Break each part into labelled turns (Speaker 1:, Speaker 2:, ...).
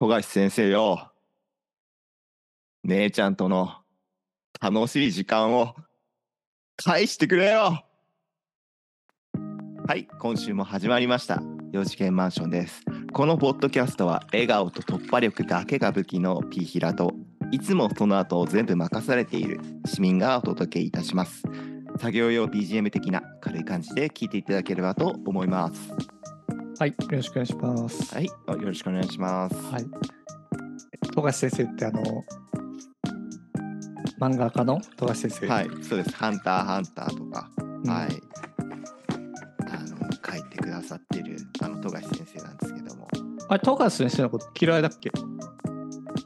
Speaker 1: 富樫先生よ。姉ちゃんとの楽しい時間を返してくれよはい、今週も始まりました。四次元マンションです。このポッドキャストは笑顔と突破力だけが武器のピーヒラと、いつもその後を全部任されている市民がお届けいたします。作業用 BGM 的な軽い感じで聞いていただければと思います。
Speaker 2: はい、よろしくお願いします。
Speaker 1: はい、よろしくお願いします。
Speaker 2: はい。富樫先生ってあの漫画家の富樫先生。
Speaker 1: はい、そうです。ハンターハンターとか、
Speaker 2: うん
Speaker 1: はい。あの書いてくださってるあの富樫先生なんですけども、
Speaker 2: あれ富樫先生のこと嫌いだっけ？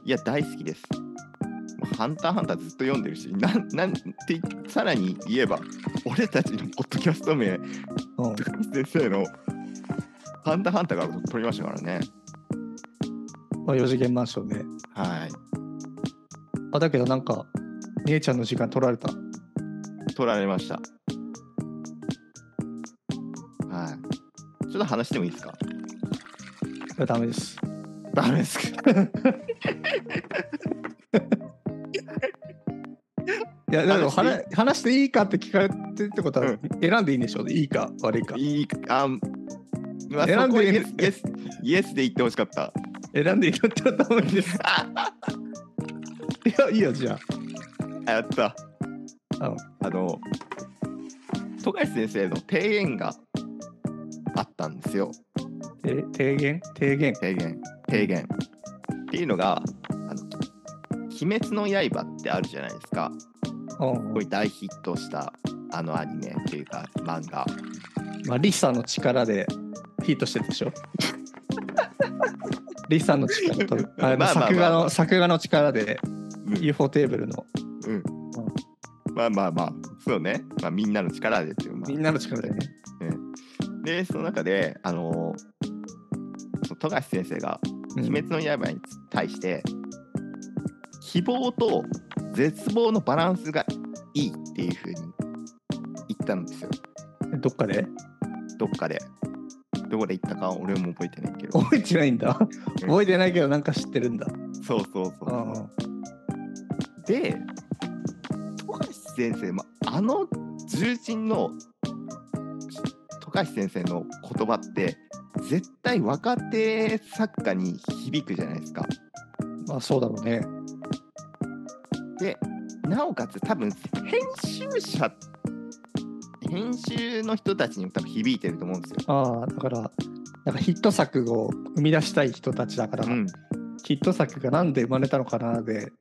Speaker 1: いや大好きです。もうハンターハンターずっと読んでるし、なんなんてさらに言えば、俺たちのポッドキャスト名
Speaker 2: うん。
Speaker 1: 富樫先生のハンターハンターから取りましたからね。
Speaker 2: まあ四次元マンションで。
Speaker 1: はい。
Speaker 2: あだけどなんか姉ちゃんの時間取られた。
Speaker 1: 取られました。はい。ちょっと話してもいいですか。
Speaker 2: いやダメです。
Speaker 1: ダメですか。
Speaker 2: いやだけど
Speaker 1: 話し
Speaker 2: 話話していいかって聞かれてるってことは、
Speaker 1: うん
Speaker 2: 選んでいいんでしょうね。いいか悪いか。
Speaker 1: いいあ、まあ、
Speaker 2: 選
Speaker 1: そ
Speaker 2: ん
Speaker 1: こは
Speaker 2: で
Speaker 1: イ
Speaker 2: いい
Speaker 1: エスイエスイエスで言ってほしかった。
Speaker 2: 選んでいいかってダ メです。いやいいよじゃ
Speaker 1: あやった。
Speaker 2: あ。うん
Speaker 1: あの富樫先生の提言があったんですよ。
Speaker 2: て提言提言。
Speaker 1: 提言提言っていうのがあの「鬼滅の刃」ってあるじゃないですか。
Speaker 2: うん
Speaker 1: こういう大ヒットしたあのアニメっていうか漫画。
Speaker 2: まあ、リサの力でヒートしてた でしょリサの力とあの
Speaker 1: まあまあまあ
Speaker 2: 作画の作画の力で
Speaker 1: うん
Speaker 2: UFO テーブルの
Speaker 1: うんまあまあまあそうね、まあ、みんなの力でっていう、まあ
Speaker 2: みんなの力でね。
Speaker 1: でその中であのそう富樫先生が
Speaker 2: う
Speaker 1: 鬼
Speaker 2: ん
Speaker 1: 滅の刃に対して希望と絶望のバランスがいいっていう風に言ったんですよ
Speaker 2: どっかで
Speaker 1: どっかでどこで言ったか俺も覚えてないけど
Speaker 2: 覚えてないんだ。覚えてないけどなんか知ってるんだ。
Speaker 1: そうそうそう
Speaker 2: う
Speaker 1: そ
Speaker 2: ん
Speaker 1: うで富樫先生もあの重鎮の富樫先生の言葉って絶対若手作家に響くじゃないですか
Speaker 2: まあそうだろうね。
Speaker 1: でなおかつ多分編集者編集の人たちにも多分響いてると思うんですよ。
Speaker 2: ああだからなんかヒット作を生み出したい人たちだから、
Speaker 1: うん、
Speaker 2: ヒット作がなんで生まれたのかなで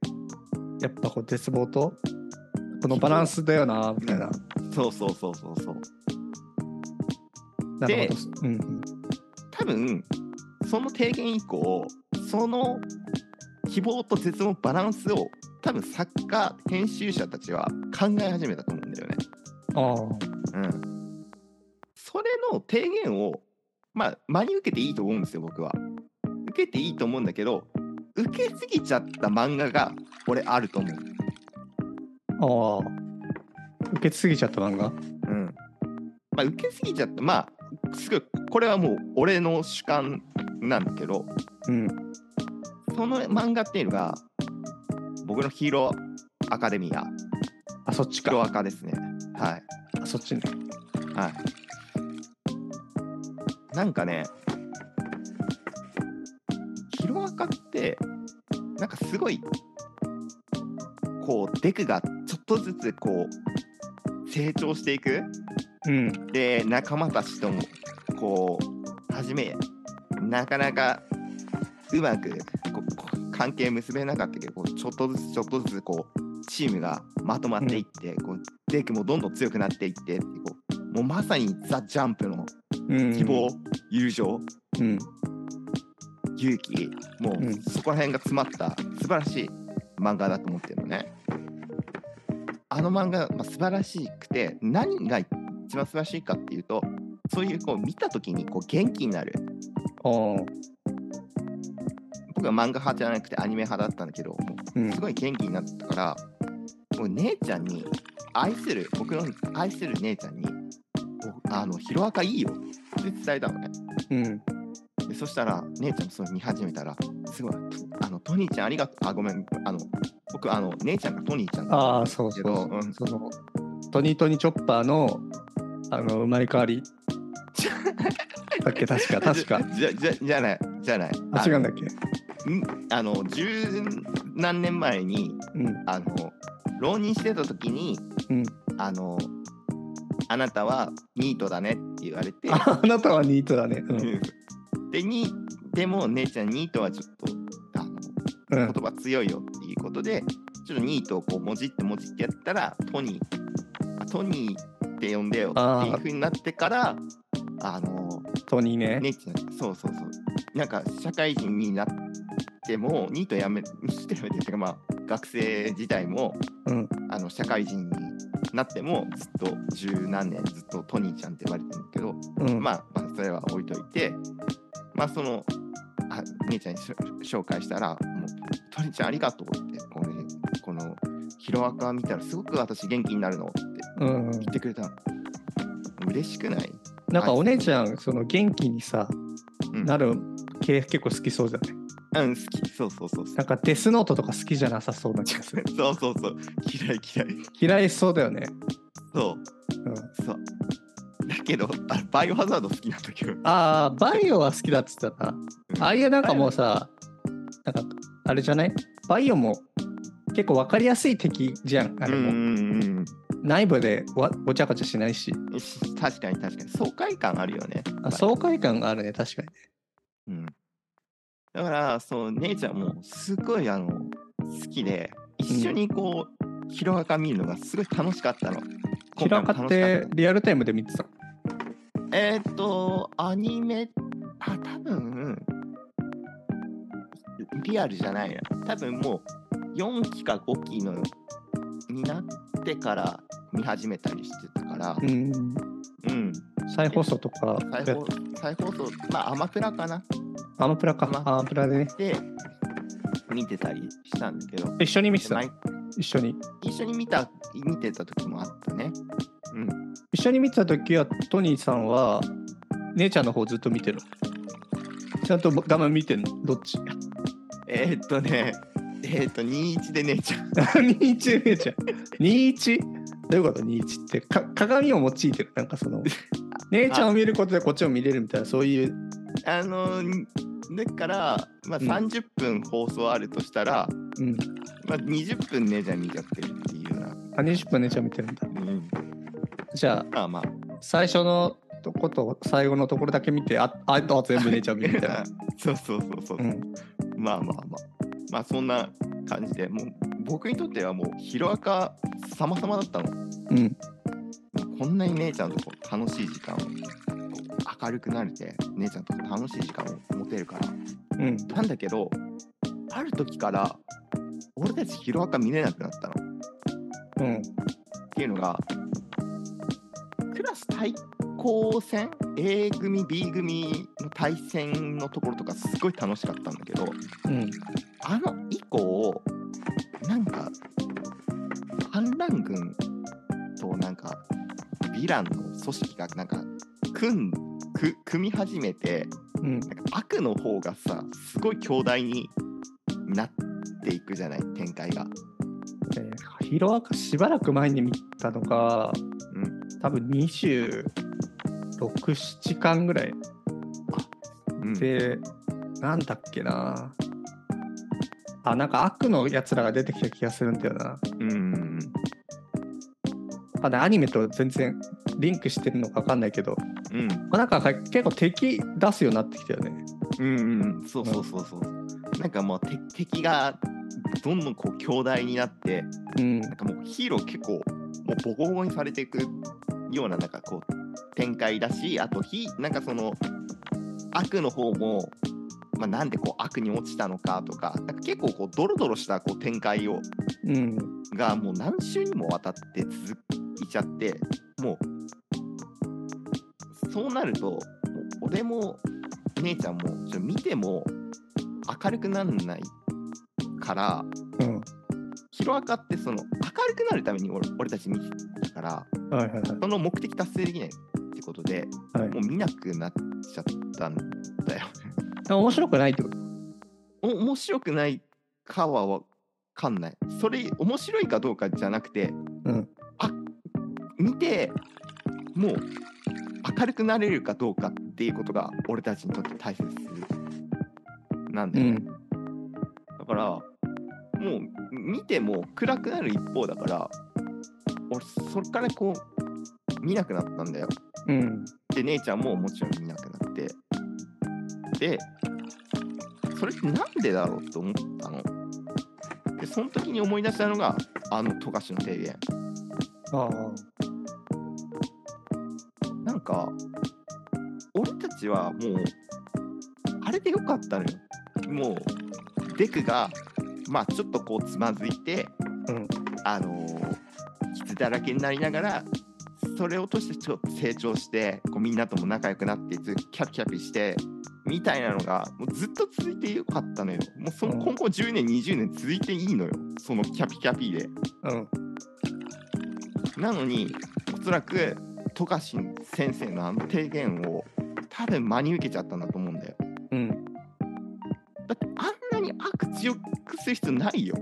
Speaker 2: やっぱこう絶望とこのバランスだよなみたいな。
Speaker 1: そうそうそうそうそう。
Speaker 2: なるほど。うんうん
Speaker 1: 多分その提言以降その希望と絶望のバランスを多分作家編集者たちは考え始めたと思うんだよね。
Speaker 2: ああ。
Speaker 1: うん、それの提言をまあ真に受けていいと思うんですよ僕は。受けていいと思うんだけど受けすぎちゃった漫画が俺あると思う。
Speaker 2: ああ。受け継ぎちゃった漫画
Speaker 1: うん。まあ、受けすぎちゃった。まあ、すごい、これはもう俺の主観なんだけど、
Speaker 2: うん。
Speaker 1: その漫画っていうのが、僕のヒーローアカデミア、
Speaker 2: あ、そっち
Speaker 1: ヒーロー
Speaker 2: か。
Speaker 1: アカですね。はい。
Speaker 2: あそっちね。
Speaker 1: はい。なんかね、ヒロアカって、なんかすごい、こう、デクがちょっとずつこう、成長していく
Speaker 2: うん。
Speaker 1: で仲間たちともこう初めなかなかうまくここ関係結べなかったけどこうちょっとずつちょっとずつこうチームがまとまっていって、こうデクもどんどん強くなっていってこうもうまさにザ・ジャンプの
Speaker 2: うん
Speaker 1: 希望、。友情
Speaker 2: うん。
Speaker 1: 勇気も
Speaker 2: う
Speaker 1: うんそこら辺が詰まった素晴らしい漫画だと思ってるのね。あの漫画、まあ、素晴らしくて何が一番素晴らしいかっていうとそういうこう見た時にこう元気になる
Speaker 2: ああ。
Speaker 1: 僕は漫画派じゃなくてアニメ派だったんだけども
Speaker 2: う
Speaker 1: うんす。ごい元気になったからもう姉ちゃんに愛する僕の愛する姉ちゃんに「おあのヒロアカいいよ」って伝えたのね。
Speaker 2: うん。
Speaker 1: でそしたら姉ちゃんもそう見始めたらすごいあのトニーちゃんありがとうあごめんあの僕あの姉ちゃんがトニーちゃんだ
Speaker 2: ああ、そうそうそう、
Speaker 1: うん
Speaker 2: そのトニートニーチョッパーのあの生まれ変 わりだっけ確か確か。
Speaker 1: じゃじゃじゃないじゃない
Speaker 2: あ違うんだっけ
Speaker 1: んあの十何年前に
Speaker 2: うん
Speaker 1: あの浪人してた時に
Speaker 2: うん。
Speaker 1: あのあなたはニートだねって言わ れて
Speaker 2: ああなたはニートだね。うん。
Speaker 1: うんでにでも姉ちゃんニートはちょっとあの
Speaker 2: う
Speaker 1: 言
Speaker 2: ん、
Speaker 1: 葉強いよっていうことでちょっとニートをこうもじってもじってやったらトニーあトニーって呼んでよっていうふうになってからあの
Speaker 2: トニーね。
Speaker 1: 姉ちゃんそうそうそうなんか社会人になってもニートやめしてやめてっていうかまあ学生時代も
Speaker 2: うん。
Speaker 1: あの社会人になってもずっと十何年ずっとトニーちゃんって言われてるんだけど
Speaker 2: うん。
Speaker 1: まあ、まあ、それは置いといて、まあ、その、あ姉ちゃんにしょ紹介したら、もう、トニちゃんありがとうって、この、この、ヒロアカ見たら、すごく私元気になるのって
Speaker 2: うんうん
Speaker 1: 言ってくれたの。嬉しくない
Speaker 2: なんかお姉ちゃん、その元気にさ、
Speaker 1: うん
Speaker 2: なる系結構好きそうじゃない
Speaker 1: うん、好き。そうそうそうそう。
Speaker 2: なんかデスノートとか好きじゃなさそうな気がする。
Speaker 1: そうそうそう。嫌い嫌い。
Speaker 2: 嫌いそうだよね。
Speaker 1: そ
Speaker 2: うん、
Speaker 1: う、そう。だけど、あバイオハザード好きなんだけど。
Speaker 2: ああ、バイオは好きだっつってたな。ああいうなんかもう
Speaker 1: バ
Speaker 2: さ、なんかあれじゃないバイオも結構分かりやすい敵じゃん。あ
Speaker 1: イオ
Speaker 2: れ
Speaker 1: うんう
Speaker 2: も、
Speaker 1: ん
Speaker 2: 内部でわごちゃごちゃしないし、
Speaker 1: うんし確かに確かに。爽快感あるよね。
Speaker 2: あ爽快感があるね、確かに。
Speaker 1: うん、だからそう姉ちゃんもすごいあの好きで一緒にこう、ヒロアカ見るのがすごい楽しかったの。
Speaker 2: ヒラカ
Speaker 1: 今
Speaker 2: っ
Speaker 1: 回も
Speaker 2: て
Speaker 1: 楽しか
Speaker 2: リアルタイムで見てた。
Speaker 1: ったえーっとアニメあ多分リアルじゃないな多分もう4期か5期のになってから見始めたりしてたから、
Speaker 2: うん。
Speaker 1: うん、
Speaker 2: 再放送とか、
Speaker 1: 再放再放送まあアマプラかな
Speaker 2: アマプラか、
Speaker 1: ア
Speaker 2: アマプラでね。
Speaker 1: で見てたりしたんだけど
Speaker 2: 一緒に見てた
Speaker 1: 毎。
Speaker 2: 一緒に。
Speaker 1: 一緒に見た見てた時もあったね。うん。
Speaker 2: 一緒に見てた時はトニーさんは姉ちゃんの方ずっと見てるちゃんと画面見てんのどっち
Speaker 1: えーっとね、えーっと21で姉ちゃん。
Speaker 2: ?21 姉ちゃん 21? どういうこと ?21 ってか鏡を用いてるなんかその姉ちゃんを見ることでこっちを見れるみたいなそういう
Speaker 1: あのにだからまあ
Speaker 2: うん
Speaker 1: 30分放送あるとしたら、
Speaker 2: うん
Speaker 1: まあ20分姉ちゃん見ちゃってるっていうような。
Speaker 2: あ20分姉ちゃん見てるんだ
Speaker 1: うん。
Speaker 2: じゃ
Speaker 1: まあまあ。
Speaker 2: あ最初のとこと最後のところだけ見てああとは全部姉ちゃん見るみた いな
Speaker 1: そうそうそうそう。
Speaker 2: うん
Speaker 1: まあまあまあ。まあそんな感じでもう僕にとってはもうヒロアカ様々だったの。
Speaker 2: うん
Speaker 1: こんなに姉ちゃんとこう楽しい時間をこう明るくなれて姉ちゃんとこう楽しい時間を持てるから
Speaker 2: うん
Speaker 1: なんだけどある時から俺たちヒロアカ見れなくなったのっ
Speaker 2: うん
Speaker 1: ていうのがクラス対抗戦 A 組 B 組の対戦のところとかすごい楽しかったんだけど
Speaker 2: うん
Speaker 1: あの以降なんか反乱軍となんかヴィランの組織がなんか組んく組み始めて
Speaker 2: うん
Speaker 1: なんか悪の方がさすごい強大になっていくじゃない展開が。
Speaker 2: えーヒロアカしばらく前に見たのが、
Speaker 1: うん
Speaker 2: 多分26、7巻ぐらい
Speaker 1: うん
Speaker 2: で、なんだっけな。あ、なんか悪のやつらが出てきた気がするんだよな。
Speaker 1: うん
Speaker 2: まだアニメと全然リンクしてるのか分かんないけど、
Speaker 1: うん
Speaker 2: まあ、なんか結構敵出すようになってきたよね。
Speaker 1: うんうんそうそうそうそう。なんかもうて敵がどんどんこう強大になって
Speaker 2: うん。
Speaker 1: なんかもうヒーロー結構もうボコボコにされていくようななんかこう展開だしあとひなんかその悪の方も、まあ、なんでこう悪に落ちたのかとかなんか結構こうドロドロしたこう展開を
Speaker 2: うん。
Speaker 1: がもう何週にもわたって続いちゃってもうそうなるともう俺も姉ちゃんもちょっと見ても明るくならないから。
Speaker 2: うん。
Speaker 1: ヒロアカってその明るくなるために俺俺たち見てたから
Speaker 2: はいはい
Speaker 1: その目的達成できないってことで、
Speaker 2: はい。はい
Speaker 1: もう見なくなっちゃったんだよ。
Speaker 2: 面白くないってこと
Speaker 1: お面白くないかはわかんないそれ面白いかどうかじゃなくて
Speaker 2: うん。
Speaker 1: 見てもう明るくなれるかどうかっていうことが俺たちにとって大切なん
Speaker 2: う
Speaker 1: だよね、
Speaker 2: ん。
Speaker 1: だからもう見ても暗くなる一方だから俺そっからこう見なくなったんだよ
Speaker 2: うん。
Speaker 1: で姉ちゃんももちろん見なくなってでそれってなんでだろうと思ったのでその時に思い出したのがあの富樫の提言
Speaker 2: ああ。
Speaker 1: なんか俺たちはもうあれでよかったのよもうデクがまあちょっとこうつまずいて
Speaker 2: うん。
Speaker 1: あのー傷だらけになりながらそれを通してちょっと成長してこうみんなとも仲良くなってずっとキャピキャピしてみたいなのがもうずっと続いてよかったのよもうその
Speaker 2: うん
Speaker 1: 今後10年20年続いていいのよそのキャピキャピで
Speaker 2: うん。
Speaker 1: なのにおそらく富樫先生のあの提言を多分真に受けちゃったんだと思うんだよ
Speaker 2: うん。
Speaker 1: だってあんなに悪強くする必要ないよ。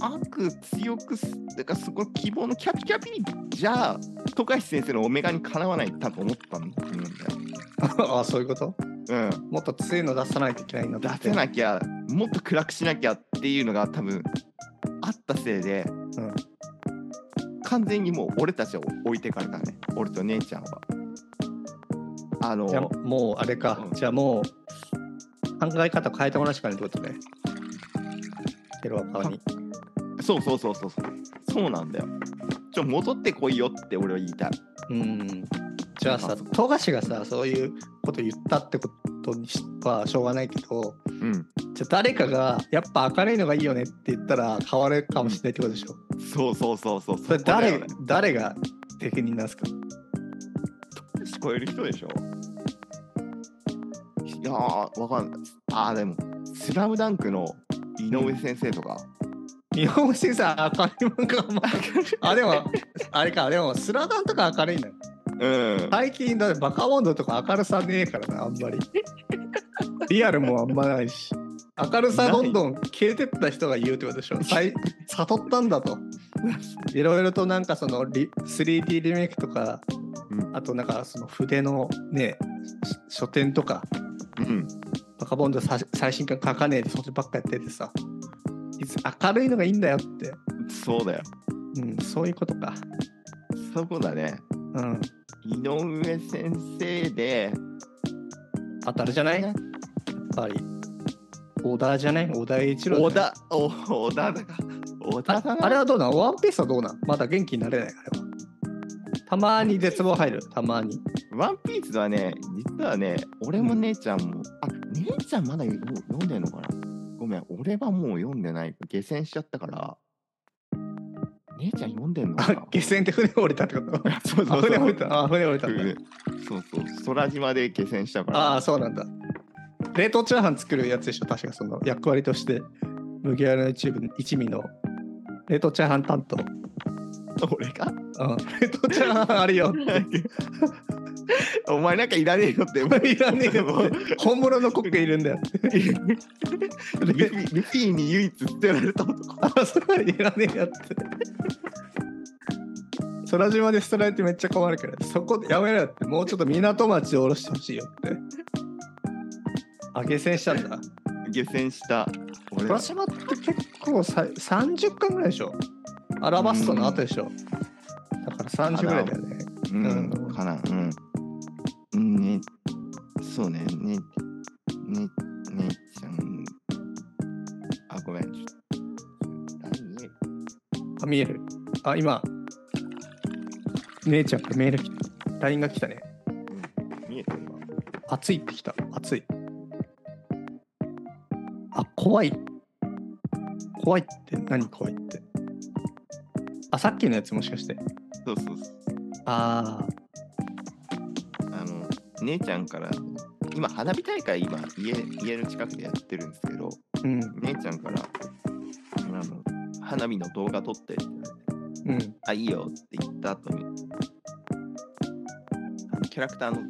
Speaker 1: 悪強くす、だからそこの希望のキャピキャピじゃあ、富樫先生のお目がにかなわない多分思ったんだと思うん
Speaker 2: ああ、そういうこと
Speaker 1: だよ。うん。
Speaker 2: もっと強いの出さないといけないんだ
Speaker 1: 出せ
Speaker 2: い。
Speaker 1: なきゃ、もっと暗くしなきゃっていうのが多分あったせいで、完全にもう俺たちを置いてかれたね。俺と姉ちゃんは。あの、
Speaker 2: じゃあもうあれか、
Speaker 1: うん
Speaker 2: じゃあもう考え方変えてもらうしかないってことね。テロは顔に。
Speaker 1: そうそうそうそうそう。そうなんだよ。ちょ、戻ってこいよって俺は言いたい。
Speaker 2: うん。じゃあさ、
Speaker 1: あそう
Speaker 2: 富樫がさ、そういうこと言ったってことにしはしょうがないけど、
Speaker 1: うん。
Speaker 2: じゃあ誰かがやっぱ明るいのがいいよねって言ったら変わるかもしれないってことでしょ。
Speaker 1: そうそうそうそう。
Speaker 2: それ
Speaker 1: こだよ
Speaker 2: 誰
Speaker 1: ね
Speaker 2: 誰が責任なんすか
Speaker 1: 聞こえる人でしょいやー、わかんない。あー、でも、スラムダンクの井上先生とか。
Speaker 2: 日本人さ、明るいもんがあんまあ、でも、あれか、でも、スラダンとか明るいんだよ。
Speaker 1: うん。
Speaker 2: 最近だってバカボンドとか明るさねえからなあんまりリアルもあんまないし明るさどんどん消えてった人が言うってことでしょさい悟ったんだといろいろとなんかそのリ 3D リメイクとか
Speaker 1: うん
Speaker 2: あとなんかその筆のねし書店とか
Speaker 1: うん。
Speaker 2: バカボンドさ最新刊書かねえでそっちばっかやっててさいつ明るいのがいいんだよって、
Speaker 1: そうだよ。
Speaker 2: うん、そういうことか
Speaker 1: そこだね。
Speaker 2: うん
Speaker 1: 井上先生で、
Speaker 2: 当たるじゃないやっぱりオーダーじゃないオーダー一郎じゃない
Speaker 1: 小田、お小田だか。小田
Speaker 2: あ
Speaker 1: だな。
Speaker 2: あれはどうなんワンピースはどうなんまだ元気になれないあれは。たまに絶望入る、たまに。
Speaker 1: ワンピースはね、実はね、俺も姉ちゃんも、あ、姉ちゃんまだよ読んでんのかなごめん、俺はもう読んでない。下船しちゃったから、姉ちゃん読んでんのかな
Speaker 2: あ、下船で船降りたってこと
Speaker 1: あ そう
Speaker 2: あ、船降りた。あ、船降りたんだ。
Speaker 1: そうそう、空島で下船したから。
Speaker 2: ああ、そうなんだ。冷凍チャーハン作るやつでしょ、確かその役割として。麦わらの一部一味の冷凍チャーハン担当。うん、
Speaker 1: 俺が
Speaker 2: 冷凍チャーハンあるよ。
Speaker 1: お前なんかいらねえよって。
Speaker 2: いらねえよ。本物のコックいるんだよ。
Speaker 1: ルフィルフィに唯一捨てられた男。
Speaker 2: あ、それいらねえよって。空島で捨てられてめっちゃ困るから、そこでやめろよって、もうちょっと港町を下ろしてほしいよって。あ、下船したんだ。
Speaker 1: 下船した。俺
Speaker 2: 空
Speaker 1: は
Speaker 2: 島って結構さ30巻ぐらいでしょアラバストの後でしょだから30ぐらいだよね。
Speaker 1: うん
Speaker 2: うん
Speaker 1: かな。うんうん。ね、そうね。ね、ね、ねちゃん。あ、ごめん。ちょっと何
Speaker 2: あ、見える。あ、今、姉ちゃんからメール来た。LINE が来たね。
Speaker 1: うん見えてるわ。
Speaker 2: 暑いってきた。暑い。あ、怖い。怖いって何怖いって。あ、さっきのやつもしかして。
Speaker 1: そうそうそう。
Speaker 2: ああ、
Speaker 1: あの姉ちゃんから今花火大会今家家の近くでやってるんですけど
Speaker 2: うん、
Speaker 1: 姉ちゃんからあの花火の動画撮ってって言われて
Speaker 2: うん。
Speaker 1: あいいよって言った後にあのキャラクターの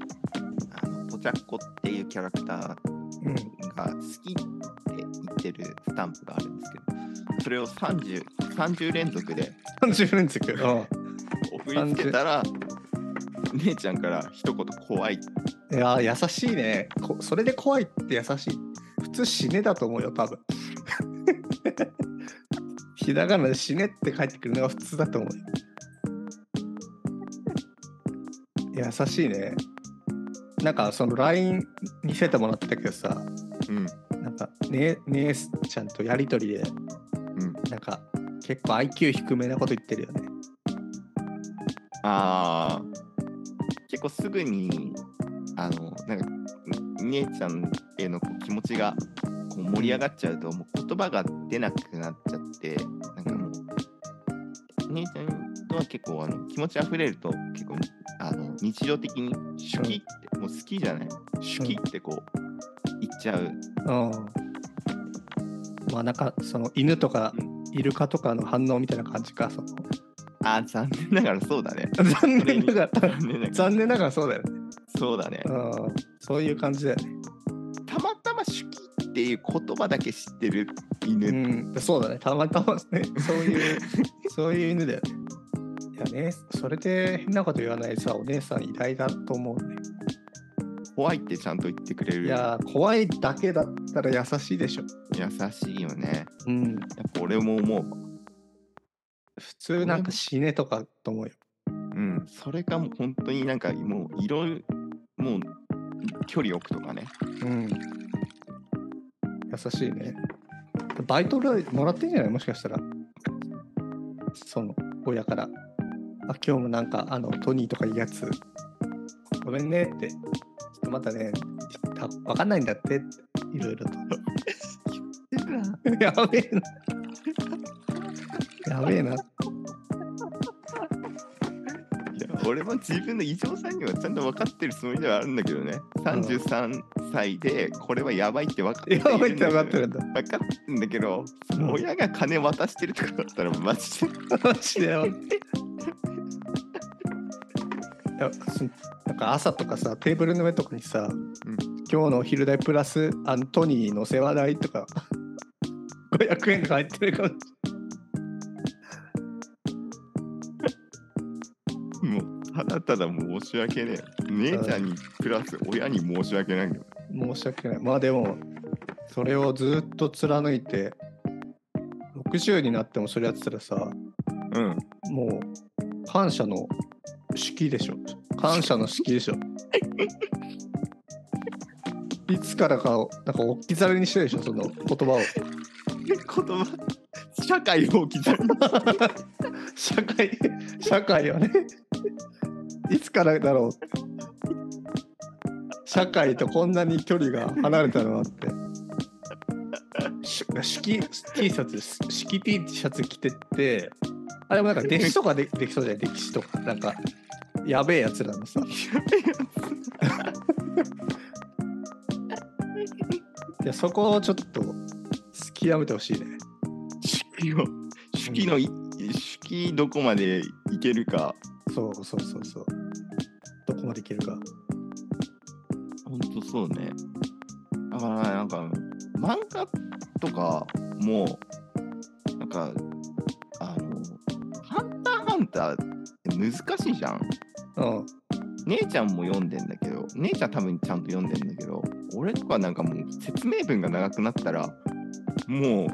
Speaker 1: あのポチャッコっていうキャラクター
Speaker 2: うん。
Speaker 1: が好きって言ってるスタンプがあるんですけど、それを30、30連続で
Speaker 2: 30連続。う
Speaker 1: 送りつけたら、姉ちゃんから一言怖いって
Speaker 2: ん。いやー、優しいねこ。それで怖いって優しい。普通死ねだと思うよ、多分。 ひらがなで死ねって帰ってくるのが普通だと思うよ。優しいね。なんかその LINE 見せてもらったけどさ、
Speaker 1: うん、
Speaker 2: なんか、ね、姉ちゃんとやりとりで、
Speaker 1: ん
Speaker 2: なんか結構 IQ 低めなこと言ってるよね。
Speaker 1: ああ結構すぐにあのなんか姉ちゃんへのこう気持ちがこう盛り上がっちゃうと、もう言葉が出なくなっちゃってなんかもう姉ちゃんとは結構あの気持ち溢れると結構あの日常的に「手記」って、もう好きじゃない「手記」ってこう言っちゃう、
Speaker 2: うん。まあなんかその犬とか
Speaker 1: うん
Speaker 2: イルカとかの反応みたいな感じか。その
Speaker 1: あー残念ながらそうだ ね
Speaker 2: 残念ながら
Speaker 1: 残念ながら
Speaker 2: 残念ながらそうだよね。
Speaker 1: そうだね
Speaker 2: うん。そういう感じだよね。
Speaker 1: たまたま「手記」っていう言葉だけ知ってる犬
Speaker 2: うん。そうだね。たまたまね。そう いう、そういう犬だよね。いやね、それで変なこと言わないさ、お姉さん偉大だと思うね。
Speaker 1: 怖いってちゃんと言ってくれる
Speaker 2: いやー、怖いだけだったら優しいでしょ。
Speaker 1: 優しいよね
Speaker 2: うん。
Speaker 1: やっぱ俺も思う
Speaker 2: 普通なんか死ねとかと思うよ。
Speaker 1: うんそれがもう本当になんかもういろいろもう距離置くとかね
Speaker 2: うん。優しいね。バイト代もらってんじゃないもしかしたら。その、親から。あ、今日もなんか、あの、トニーとかいうやつ、ごめんねって、ちょっとまたね、たわかんないんだってって、いろいろ と。 やべえな。やべえな。
Speaker 1: いや俺も自分の異常さにはちゃんと分かってるつもりではあるんだけどね33歳でこれはやばいって分かってるんだ
Speaker 2: やばい
Speaker 1: け
Speaker 2: って
Speaker 1: ど
Speaker 2: わかってるんだ。
Speaker 1: 分かってるんだけどその親が金渡してるとかだったらマジで
Speaker 2: マジでやばい。いやすなんか朝とかさテーブルの上とかにさ、今日のお昼代プラスアントニーの世話代とか500円が入ってるかもし
Speaker 1: もうただただ申し訳ねえ姉ちゃんにプラス親に申し訳ないよ
Speaker 2: れない申し訳ないまあでもそれをずっと貫いて60になってもそれやってたらさ
Speaker 1: うん
Speaker 2: もう感謝の式でしょ感謝の式でしょいつからかをなんか置き去りにしてるでしょその言葉を
Speaker 1: 言葉社会を置き去りに
Speaker 2: 社会社会はねいつからだろう社会とこんなに距離が離れたのはってし式 T シャツ式 T シャツ着てってあれもなんか弟子とかでできそうじゃない歴史とかなんかやべえやつらのさいやそこをちょっと突きやめてほしいね
Speaker 1: 式を式のい式どこまでいけるか
Speaker 2: そうそうそうそうどこまでいけるか
Speaker 1: ほんとそうねだからなんか漫画とかもなんかあの「ハンターハンター」って難しいじゃん
Speaker 2: うん
Speaker 1: 姉ちゃんも読んでんだけど姉ちゃん多分ちゃんと読んでんだけど俺とかなんかもう説明文が長くなったらも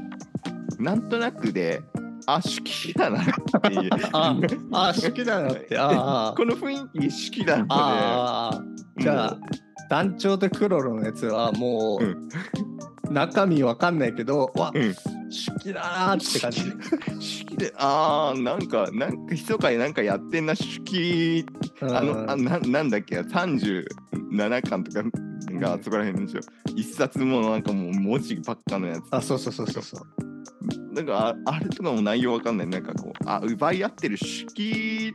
Speaker 1: うなんとなくであ式だなっていう
Speaker 2: ああ 好きだなってあああ
Speaker 1: この雰囲気式だな
Speaker 2: あああ
Speaker 1: で
Speaker 2: じゃあ
Speaker 1: も
Speaker 2: 団長とクロロのやつはもう、
Speaker 1: う
Speaker 2: 中身わかんないけどわ、
Speaker 1: うん
Speaker 2: 好きだなって感 じ、
Speaker 1: う式でああなんかなんか密かになんかやってんな式
Speaker 2: うん
Speaker 1: あのあななんだっけ37巻とかがあそこら辺でしょ一冊ものなんかもう文字ばっかのやつ
Speaker 2: あそうそうそうそうそう
Speaker 1: なんかああれとかも内容わかんない。なんかこう、あ、奪い合ってる 式、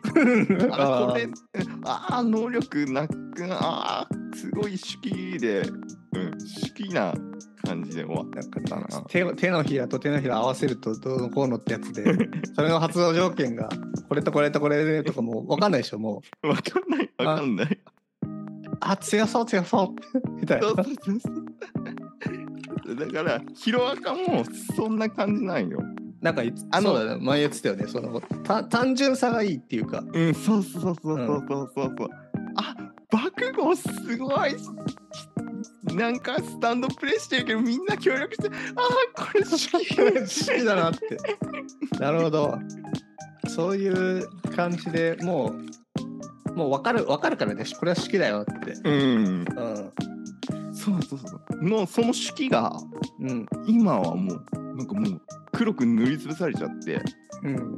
Speaker 1: あ、こ
Speaker 2: あ
Speaker 1: れ、あ、能力なく、あ、すごい式で、うん、式な感じで終わっ
Speaker 2: なんかね
Speaker 1: だな
Speaker 2: 手を手のひらと手のひら合わせるとどうのこうのってや つでそれの発動条件がこれとこれとこれでとかもうわかんないでしょも
Speaker 1: た。わかんない、わかんない。
Speaker 2: うあ強そう強そうみたいな
Speaker 1: そうそうそうそうだからヒロアカもそんな感じなんよ
Speaker 2: なんかいつ
Speaker 1: あの
Speaker 2: そうだね前言ってたよねそのた単純さがいいっていうか
Speaker 1: うんそうそうそうそうそうそうそう、あ爆豪すごいなんかスタンドプレーしてるけどみんな協力してああこれ好き
Speaker 2: 好きだなってなるほどそういう感じでもうもう分かる分かるからねこれは好きだよって
Speaker 1: うん
Speaker 2: うん
Speaker 1: そうそうそうのその手記が
Speaker 2: うん
Speaker 1: 今はもうなんかもう黒く塗りつぶされちゃって
Speaker 2: うん
Speaker 1: もう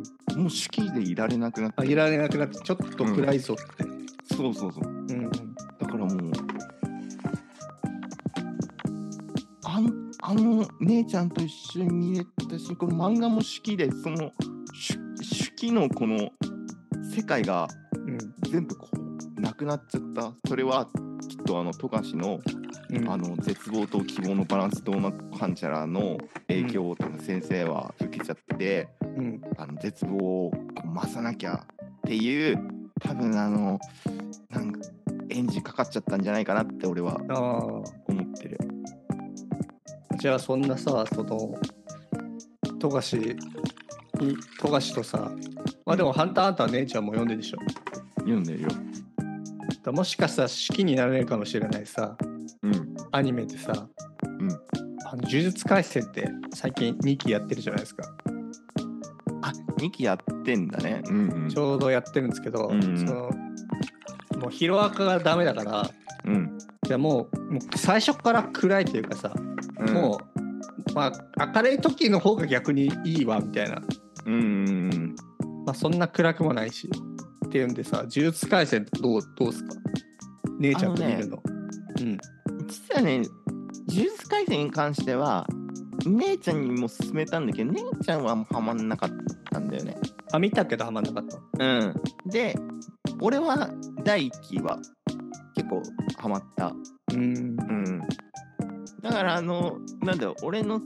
Speaker 1: 手記でいられなくなって
Speaker 2: あいられなくなってちょっと暗いぞってうん
Speaker 1: そうそうそう
Speaker 2: うん
Speaker 1: だからもうあのあの姉ちゃんと一緒に見れたしこの漫画も好きでその手手記のこの世界が全部こうなくなっちゃったそれはきっとあの富樫の
Speaker 2: うんうん
Speaker 1: あの絶望と希望のバランスどうなかんちゃらの影響を多分先生は受けちゃって、
Speaker 2: うん
Speaker 1: あの絶望をこう増さなきゃっていう多分あのなんかエンジンかかっちゃったんじゃないかなって俺は
Speaker 2: あ
Speaker 1: 思ってる。
Speaker 2: あじゃあそんなさその富樫に富樫とさまあでも「ハンターハンター」姉ちゃんも読んでるでしょ
Speaker 1: 読んでるよ。
Speaker 2: だからもしかしたら好きになれるかもしれないさ
Speaker 1: うん。
Speaker 2: アニメでさ、
Speaker 1: うん
Speaker 2: あの呪術廻戦って最近2期やってるじゃないですか、
Speaker 1: あ2期やってんだね。うんうん。
Speaker 2: ちょうどやってるんですけど、
Speaker 1: うんうん
Speaker 2: そのもうヒロアカがダメだから
Speaker 1: うん
Speaker 2: じゃあもうもう最初から暗いというかさ、
Speaker 1: うん、
Speaker 2: もう、まあ、明るい時の方が逆にいいわみたいな、
Speaker 1: うん。うんうんうん。
Speaker 2: まあ、そんな暗くもないしっていうんでさ呪術廻戦ってどうどうすか姉ちゃんと見るの
Speaker 1: 実はね、呪術廻戦に関しては、姉ちゃんにも勧めたんだけど、姉ちゃんはもうハマんなかったんだよね。
Speaker 2: あ見たけどハマんなかった
Speaker 1: うん。で、俺は第1期は結構ハマった。
Speaker 2: う
Speaker 1: う
Speaker 2: ん
Speaker 1: ん。だから、あの、なんだろう、俺の、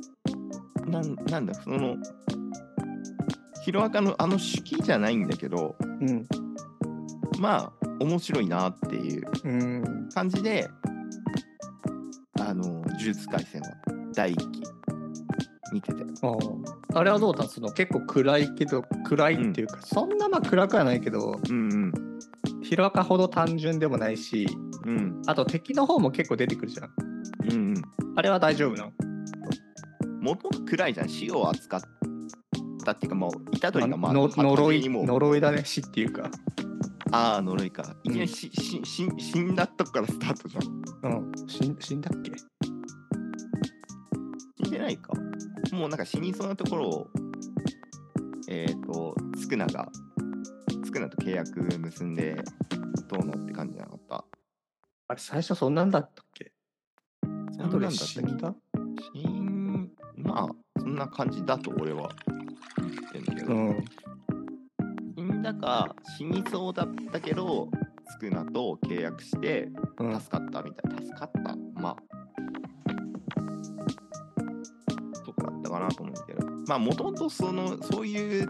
Speaker 1: なんなんだ、その、ヒロアカのあの手記じゃないんだけど、
Speaker 2: うん
Speaker 1: まあ、面白いなっていう
Speaker 2: うん
Speaker 1: 感じで、あの、呪術廻戦は第1期見てて。
Speaker 2: あああれはどうだったのその結構暗いけど暗いっていうか、そんなまあ暗くはないけど
Speaker 1: うんうん。
Speaker 2: ヒロアカほど単純でもないし
Speaker 1: うん
Speaker 2: あと敵の方も結構出てくるじゃん
Speaker 1: うんうん。
Speaker 2: あれは大丈夫なの
Speaker 1: もともと暗いじゃん死を扱ったっていうかもう虎杖がま
Speaker 2: ま
Speaker 1: あ
Speaker 2: あの呪
Speaker 1: に
Speaker 2: い
Speaker 1: もう
Speaker 2: 呪いだね死っていうか、
Speaker 1: ああ呪いかいきな
Speaker 2: うん
Speaker 1: りし、しし死んだとこからスタートじゃん
Speaker 2: うん、死ん死んだっけ
Speaker 1: 死んでないかもうなんか死にそうなところをえっ、ー、とつくながつくなと契約結んでどうのって感じじゃなかった
Speaker 2: あれ最初そんなんだったっけ
Speaker 1: そんなんだっ
Speaker 2: 死
Speaker 1: たっ
Speaker 2: ん
Speaker 1: け
Speaker 2: だ
Speaker 1: 死んまあそんな感じだと俺は言ってんだけど、
Speaker 2: うん
Speaker 1: 死んだか死にそうだったけどつくなと契約して
Speaker 2: うん
Speaker 1: 助かったみたいな助かったまあとかだったかなと思うんだけどまあもともとそのそういう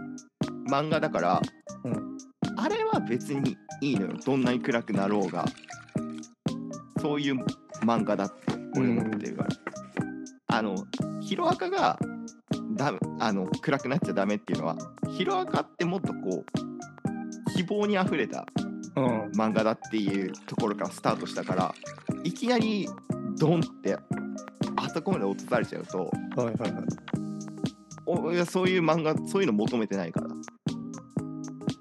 Speaker 1: 漫画だから、
Speaker 2: うん
Speaker 1: あれは別にいいのよどんなに暗くなろうがそういう漫画だって俺思ってるから、あのヒロアカがダメあの暗くなっちゃダメっていうのはヒロアカってもっとこう希望にあふれた
Speaker 2: うん
Speaker 1: 漫画だっていうところからスタートしたからいきなりドンってあそこまで落とされちゃうと
Speaker 2: はいはいはい
Speaker 1: おいやそういう漫画そういうの求めてないから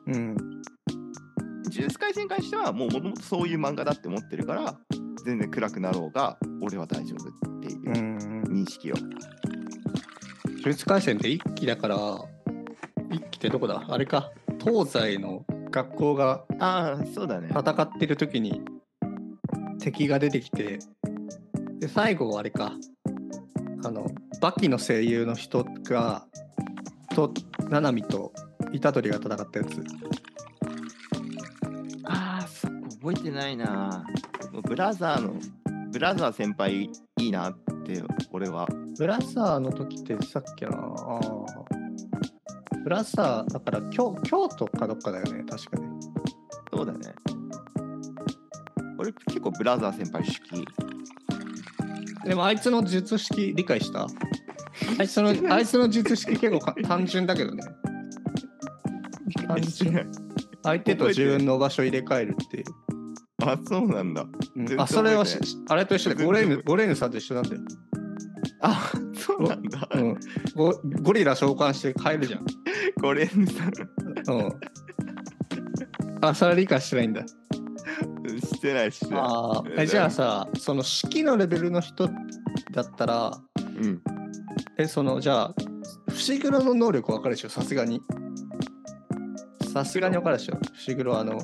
Speaker 2: うん
Speaker 1: 「呪術廻戦」に関してはもうもともとそういう漫画だって思ってるから全然暗くなろうが俺は大丈夫っていううん認識を、
Speaker 2: 呪術廻戦って一期だから一期ってどこだあれか東西の学校が
Speaker 1: ああそうだね
Speaker 2: 戦ってる時に敵が出てきてで最後はあれかあのバキの声優の人がとナナミと虎杖が戦ったやつ
Speaker 1: ああそこ覚えてないなブラザーのブラザー先輩いいなって俺は
Speaker 2: ブラザーの時ってさっきなあーブラザーだから京京都かどっかだよね確かね
Speaker 1: そうだね。俺結構ブラザー先輩好き。
Speaker 2: でもあいつの術式理解したあいつのあいつの術式結構か単純だけどね。単純。相手と自分の場所入れ替えるっていう。
Speaker 1: あ、そうなんだ。
Speaker 2: う
Speaker 1: 全
Speaker 2: ん
Speaker 1: 然
Speaker 2: あ、それはし
Speaker 1: 覚
Speaker 2: あれと一緒で、
Speaker 1: 全然
Speaker 2: ゴレー
Speaker 1: 覚え
Speaker 2: ヌ、ゴレーヌさんと一緒なんだよ。
Speaker 1: あ、そうなんだ。
Speaker 2: うん、ゴゴリラ召喚して変えるじゃん。
Speaker 1: ゴレンさん、
Speaker 2: うん、あ、それは理解してないんだ。
Speaker 1: してないし。
Speaker 2: あーえじゃあさ、その式のレベルの人だったら、
Speaker 1: うん。
Speaker 2: え、その、じゃあ、伏黒の能力わかるでしょ、さすがに。さすがにわかるでしょ、伏黒はあの、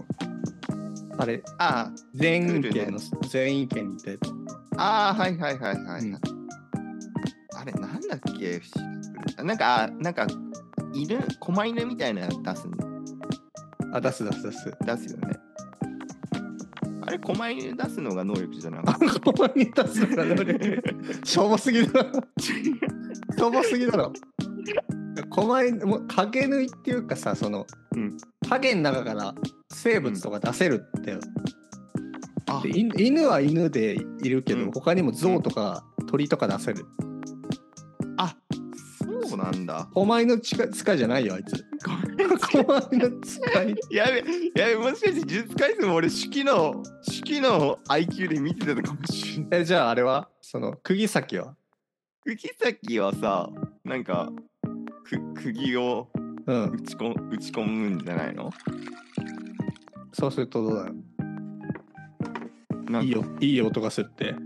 Speaker 2: あれ、
Speaker 1: あ
Speaker 2: 全員
Speaker 1: クール
Speaker 2: 権の、全員権にいたやつ。
Speaker 1: ああ、はいはいはいはい。
Speaker 2: うん
Speaker 1: あれ、なんだっけなんか、あなんか、犬、狛犬みたいなの出す
Speaker 2: あ、出す出す出す。
Speaker 1: 出すよね。あれ、狛犬出すのが能力じゃなか
Speaker 2: あ
Speaker 1: っ
Speaker 2: の駒に出すのが能力。
Speaker 1: た。
Speaker 2: しょぼすぎだろ。 しょぼすぎだろ。狛犬もう影縫いっていうかさその、
Speaker 1: うん
Speaker 2: 影の中から生物とか出せるって、
Speaker 1: あ
Speaker 2: で犬犬は犬でいるけど、
Speaker 1: うん
Speaker 2: 他にも象とか鳥とか出せる
Speaker 1: あ、そうなんだ。
Speaker 2: 狛犬の使い使いじゃないよあいつ狛犬の使い
Speaker 1: やべ、やべ、もしかして、術回数も俺、式の、式の IQ で見てたのかもしれない。
Speaker 2: えじゃああれはその釘先は
Speaker 1: 釘崎はさ、なんか、く釘を
Speaker 2: うん
Speaker 1: 打ちこ打ち込むんじゃないの
Speaker 2: そうするとどうなる
Speaker 1: なんか
Speaker 2: いいよいい音がするって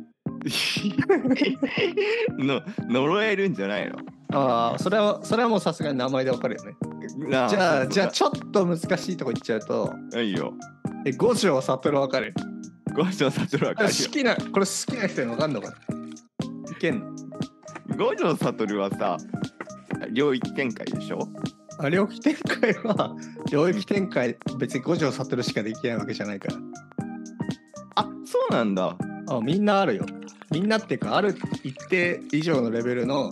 Speaker 1: の呪えるんじゃないの
Speaker 2: ああそれはそれはもうさすがに名前でわかるよね
Speaker 1: な
Speaker 2: じゃあじゃあ
Speaker 1: そ
Speaker 2: ちょっと難しいとこ行っちゃうと
Speaker 1: うだいいよ。
Speaker 2: え五条悟わかる
Speaker 1: 五条悟わか
Speaker 2: あ
Speaker 1: る
Speaker 2: 好きなこれ好きな人に分かんのかないけんの
Speaker 1: よ。五条悟はさ、領域展開でしょ
Speaker 2: あ領域展開は領域展開別に五条悟しかできないわけじゃないか
Speaker 1: あ、そうなんだ。
Speaker 2: らあみんなあるよみんなっていうかある一定以上のレベルの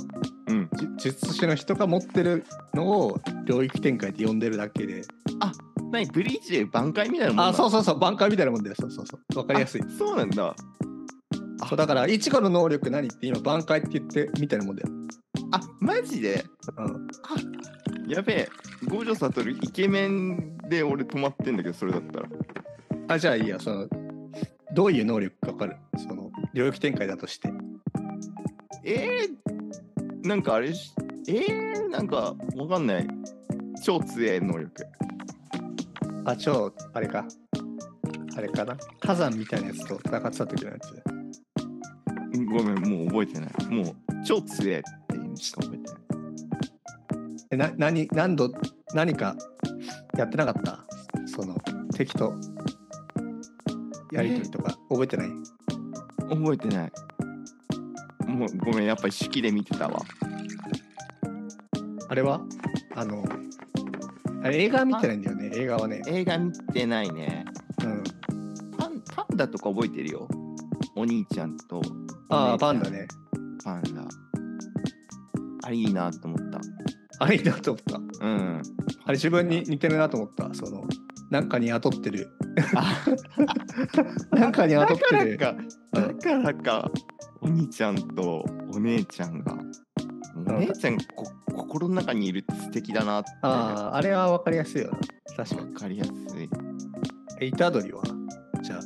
Speaker 1: うん。
Speaker 2: じ術師の人が持ってるのを領域展開って呼んでるだけで
Speaker 1: 何ブリーチで挽回みたいなもんなの
Speaker 2: あそうそうそう挽回みたいなもんだよそうそうそう分かりやすい
Speaker 1: あそうなんだ。
Speaker 2: そうだからいちごの能力何って今挽回って言ってみたいなもんだよ、
Speaker 1: あ、マジで
Speaker 2: うん、
Speaker 1: やべえ。五条悟イケメンで俺止まってんだけど、それだったら。
Speaker 2: あじゃあいいやそのどういう能力か分かるその領域展開だとして
Speaker 1: えー、なんかあれし、えー、なんかわかんない。超強い能力。
Speaker 2: あ、超、あれか。あれかな。火山みたいなやつと戦ってた時のやつ。
Speaker 1: ごめん、もう覚えてない。もう、超強えっていうのしか覚えてない。
Speaker 2: え、な、何、何度、何かやってなかったその、敵と。やりとりとか、覚えてない
Speaker 1: 覚えてない。もう、ごめん、やっぱり式で見てたわ。
Speaker 2: あれはあの、あれ映画見てないんだよね、映画はね。
Speaker 1: 映画見てないね。
Speaker 2: うん。
Speaker 1: パンパンダとか覚えてるよ。お兄ちゃんと。
Speaker 2: あ
Speaker 1: お姉ちゃ
Speaker 2: あ、
Speaker 1: ん
Speaker 2: パンダ。ね。
Speaker 1: パンダ。あれいいなと思っ
Speaker 2: あれいいなと思った。
Speaker 1: た。 うん。
Speaker 2: あれ自分に似てるなと思った。その、なんかに雇ってる。
Speaker 1: あ
Speaker 2: なんかに
Speaker 1: だ
Speaker 2: 雇
Speaker 1: か
Speaker 2: って
Speaker 1: ら
Speaker 2: る。
Speaker 1: か、だからか、お兄ちゃんとお姉ちゃんが。お姉ちゃんがこ心の中にいるって素敵だなって。
Speaker 2: ああ、あれは分かりやすいよな。確か
Speaker 1: わ
Speaker 2: に。
Speaker 1: かりやすい。
Speaker 2: え、イタドリはじゃあ。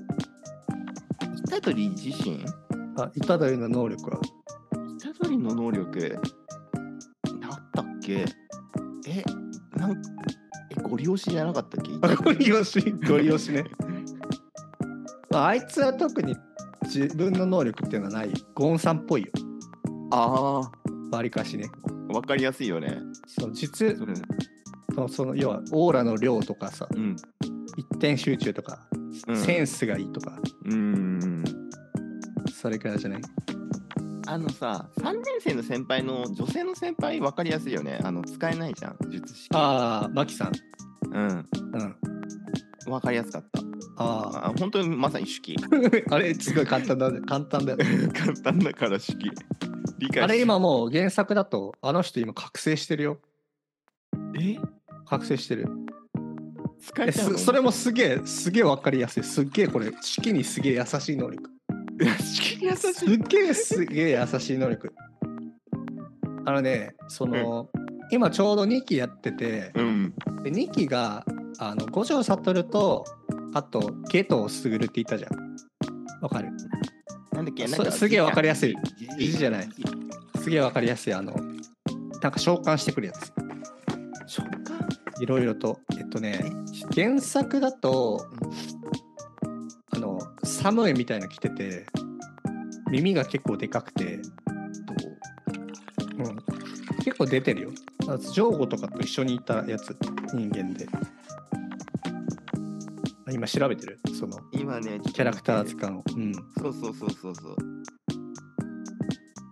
Speaker 1: 虎取自身
Speaker 2: あ、イタドリの能力は
Speaker 1: 虎取の能力なったっけえなんえゴリ押しじゃなかったっけ 虎
Speaker 2: ゴ
Speaker 1: 杖
Speaker 2: リ押し、ゴリ押しね。 まあ、あいつは特に自分の能力っていうのはない。ゴンさんっぽいよ。
Speaker 1: ああ
Speaker 2: わりかしね。
Speaker 1: わかりやすいよね
Speaker 2: その実
Speaker 1: それ
Speaker 2: その、その要はオーラの量とかさ、
Speaker 1: うん
Speaker 2: 一点集中とか、
Speaker 1: うん
Speaker 2: センスがいいとか、
Speaker 1: うんうん
Speaker 2: それくらいじゃない
Speaker 1: あのさ3年生の先輩の女性の先輩わかりやすいよねあの使えないじゃん術式
Speaker 2: ああ、マキさん。
Speaker 1: うん
Speaker 2: うん。
Speaker 1: わかりやすかった
Speaker 2: ああ。
Speaker 1: あ本当にまさに式
Speaker 2: あれ、すごい簡単だね。簡単 だよ。
Speaker 1: 簡単だから式理解
Speaker 2: あれ、
Speaker 1: し
Speaker 2: 今もう原作だと、あの人今覚醒してるよ。
Speaker 1: え
Speaker 2: 覚醒してる。
Speaker 1: 使え
Speaker 2: え
Speaker 1: ちゃう
Speaker 2: す
Speaker 1: の
Speaker 2: それもすげえすげえわかりやすいすっげえこれ式にすげえ優しい能力
Speaker 1: しき優し
Speaker 2: す
Speaker 1: い。
Speaker 2: っげえすげえ優しい能力。あのね、その、今ちょうど2期やってて、
Speaker 1: うん。
Speaker 2: で2期があの五条悟と、あと、ゲトスグルって言ったじゃん。わかる
Speaker 1: なんだっけ
Speaker 2: そ
Speaker 1: なんか
Speaker 2: すげえわかりやすい。
Speaker 1: じ
Speaker 2: じじじゃない。すげえわかりやすい。あの、なんか召喚してくるやつ。
Speaker 1: 食感
Speaker 2: いろいろと。えっとね、原作だと、あの、サムエみたいなの着てて、耳が結構でかくて、うん、結構出てるよ。あジョーゴとかと一緒にいたやつ、人間で。あ今調べてる、その
Speaker 1: 今ね、
Speaker 2: キャラクター図鑑を。うん。
Speaker 1: そうそうそうそうそう。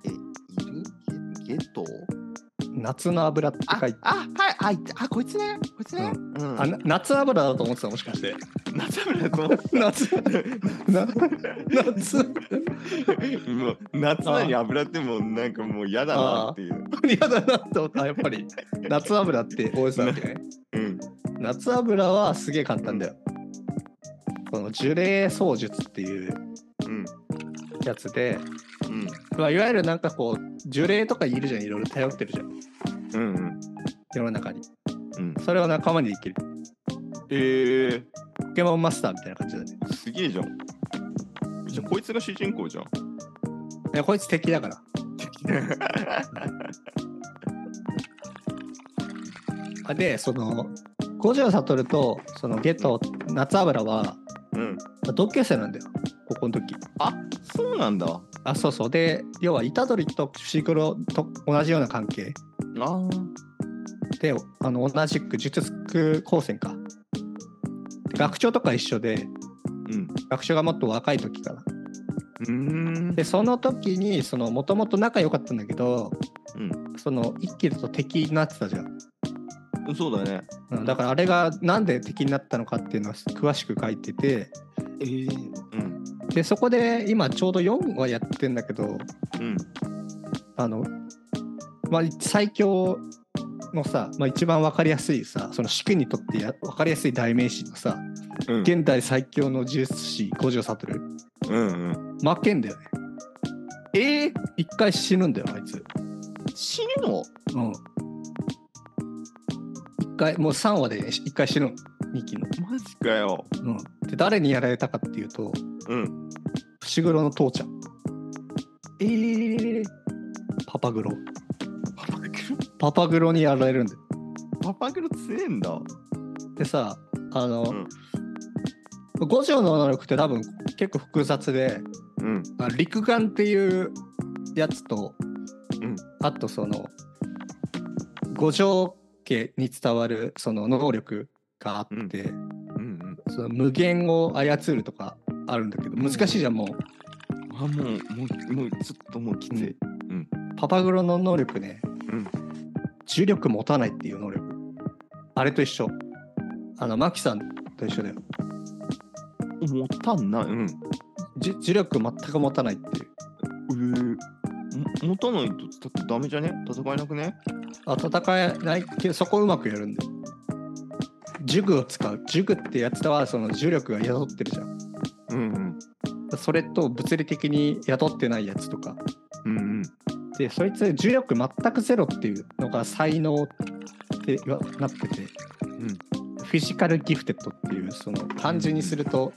Speaker 1: え、いるゲゲット
Speaker 2: 夏の油って書いて。
Speaker 1: あ、はい、あ、いたあ、こいつね、こいつね。うん。
Speaker 2: あな夏油だと思ってたもしかして。
Speaker 1: 夏村と思っ
Speaker 2: 夏な夏
Speaker 1: て、もう夏なに油ってもうなんかもう嫌だなっていう。
Speaker 2: 嫌だなって思った。あやっぱり夏油って覚えてたわけね。
Speaker 1: うん。
Speaker 2: 夏油はすげえ簡単だよ。この呪霊操術っていう
Speaker 1: うん。
Speaker 2: やつで、
Speaker 1: うん。
Speaker 2: まあ、いわゆるなんかこう呪霊とかいるじゃんいろいろ頼ってるじゃん
Speaker 1: うん。うん。
Speaker 2: 世の中に
Speaker 1: うん、
Speaker 2: それを仲間にできる
Speaker 1: えー、
Speaker 2: ポケモンマスターみたいな感じだね
Speaker 1: すげえじゃん。じゃあこいつが主人公じゃん。
Speaker 2: いやこいつ敵だからあ でその五条悟とそのゲット夏油は
Speaker 1: うん。
Speaker 2: まあ同級生なんだよここの時
Speaker 1: あ、そうなんだ。あ
Speaker 2: あそうそうで要は虎杖とシクロと同じような関係
Speaker 1: あ。
Speaker 2: であの同じく呪術高専かで学長とか一緒で
Speaker 1: うん。
Speaker 2: 学長がもっと若い時から
Speaker 1: うーん。
Speaker 2: でその時にもともと仲良かったんだけど、
Speaker 1: うん
Speaker 2: その一気だと敵になってたじゃん、
Speaker 1: そうだね。
Speaker 2: うんだからあれがなんで敵になったのかっていうのは詳しく書いてて
Speaker 1: ええうん。
Speaker 2: でそこで今ちょうど4話やってんだけど
Speaker 1: うん。
Speaker 2: あの、まあ、最強のさ、まあ、一番分かりやすいさその主君にとってや分かりやすい代名詞のさ
Speaker 1: うん。
Speaker 2: 現代最強の呪術師五条悟
Speaker 1: うんうん。
Speaker 2: 負けんだよね
Speaker 1: ええ
Speaker 2: 一回死ぬんだよあいつ
Speaker 1: 死ぬの
Speaker 2: うん。一回、もう3話で一回死ぬの、2期の。
Speaker 1: マジかよ。
Speaker 2: うん。で、誰にやられたかっていうと、
Speaker 1: うん。
Speaker 2: 伏黒の父ちゃん、
Speaker 1: ええー。
Speaker 2: パパグロ。
Speaker 1: パパグ
Speaker 2: パパグロにやられるんだよ。
Speaker 1: ロパパグロ強えんだ。
Speaker 2: でさ、あの、
Speaker 1: うん
Speaker 2: 五条の能力って多分結構複雑で、
Speaker 1: うん。
Speaker 2: あ陸眼っていうやつと、
Speaker 1: うん
Speaker 2: あとその、五条家に伝わるその能力があって、
Speaker 1: うん
Speaker 2: その無限を操るとかあるんだけど難しいじゃんもう
Speaker 1: うん。あ、もう、もう、もう、ちょっともうきつい。
Speaker 2: パパグロの能力ね
Speaker 1: うん。
Speaker 2: 重力持たないっていう能力あれと一緒あのマキさんと一緒だよ
Speaker 1: 持たんない。うん。
Speaker 2: じ重力全く持たないっていう
Speaker 1: ええ持たないと、だってダメじゃね戦えなくね
Speaker 2: あ戦えないけどそこをうまくやるんだよ塾を使う塾ってやつとはその重力が宿ってるじゃん
Speaker 1: うん
Speaker 2: それと物理的に宿ってないやつとか
Speaker 1: うん。うん
Speaker 2: でそいつ重力全くゼロっていうのが才能って言わなってて
Speaker 1: うん。うん。
Speaker 2: フィジカルギフテッドっていうその漢字にすると、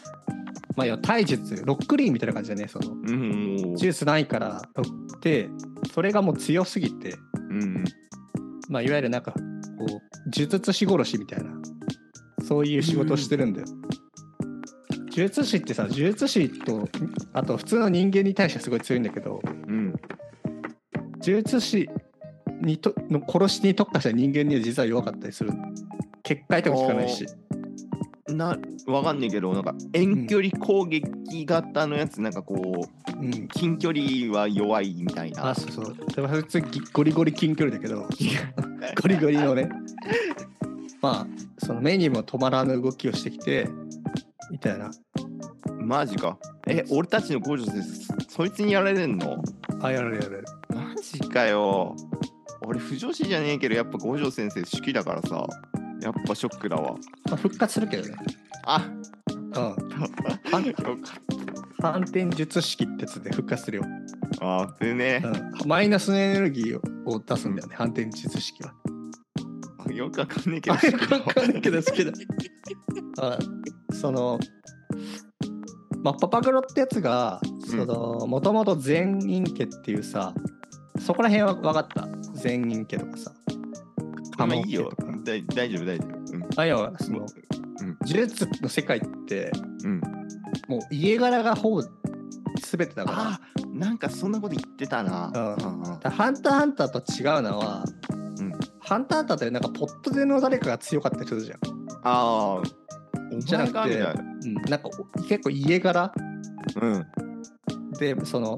Speaker 2: まあ要は体術ロックリーみたいな感じだねその
Speaker 1: うん。もう
Speaker 2: ジュースないからロッでそれがもう強すぎて、
Speaker 1: うん。
Speaker 2: まあ、いわゆるなんかこう呪術師殺しみたいなそういう仕事をしてるんだよ。呪術師ってさ呪術師とあと普通の人間に対してはすごい強いんだけど
Speaker 1: うん。
Speaker 2: 呪術師にとの殺しに特化した人間には実は弱かったりする結界とか効かないし
Speaker 1: なわかんねえけどなんか遠距離攻撃型のやつ、なんかこう
Speaker 2: うん
Speaker 1: 近距離は弱いみたいな
Speaker 2: あ、そうそう。でも普通ぎゴリゴリ近距離だけど、 ゴリゴリのね。まあ、その目にも止まらぬ動きをしてきて、みたいな。
Speaker 1: マジかえ俺たちの工場ですそいつにやられんの
Speaker 2: あ、やられるやられる。
Speaker 1: マジかよ俺不女子じゃねえけどやっぱ五条先生好きだからさやっぱショックだわ
Speaker 2: まあ、復活するけどね。
Speaker 1: あ
Speaker 2: うん。
Speaker 1: よかっ
Speaker 2: 反転術式ってやつで復活するよ、
Speaker 1: あー、危ね
Speaker 2: うんマイナスのエネルギーを出すんだよね、反転術式は。
Speaker 1: え。よくわかんねえけど。
Speaker 2: あれわかんないけど好き だ。あその、まあ、パパグロってやつが
Speaker 1: うん
Speaker 2: もともと全員家っていうさそこら辺は分かった全員家とかさ
Speaker 1: まあい
Speaker 2: 家紋
Speaker 1: い
Speaker 2: 家
Speaker 1: よ
Speaker 2: とか。
Speaker 1: だい大丈夫、大丈夫。うん。
Speaker 2: あいやその
Speaker 1: うん
Speaker 2: 呪術の世界って
Speaker 1: うん、
Speaker 2: もう家柄がほぼ全てだから
Speaker 1: あー、なんかそんなこと言ってたな。
Speaker 2: うん
Speaker 1: うんうん
Speaker 2: だからハンターハンターと違うのは、
Speaker 1: うん
Speaker 2: ハンターハンターってなんかポットでの誰かが強かった人じゃん、
Speaker 1: ああ、お
Speaker 2: じゃなくて
Speaker 1: 前がみ
Speaker 2: うん、なんか結構家柄
Speaker 1: たいな。うん。
Speaker 2: でその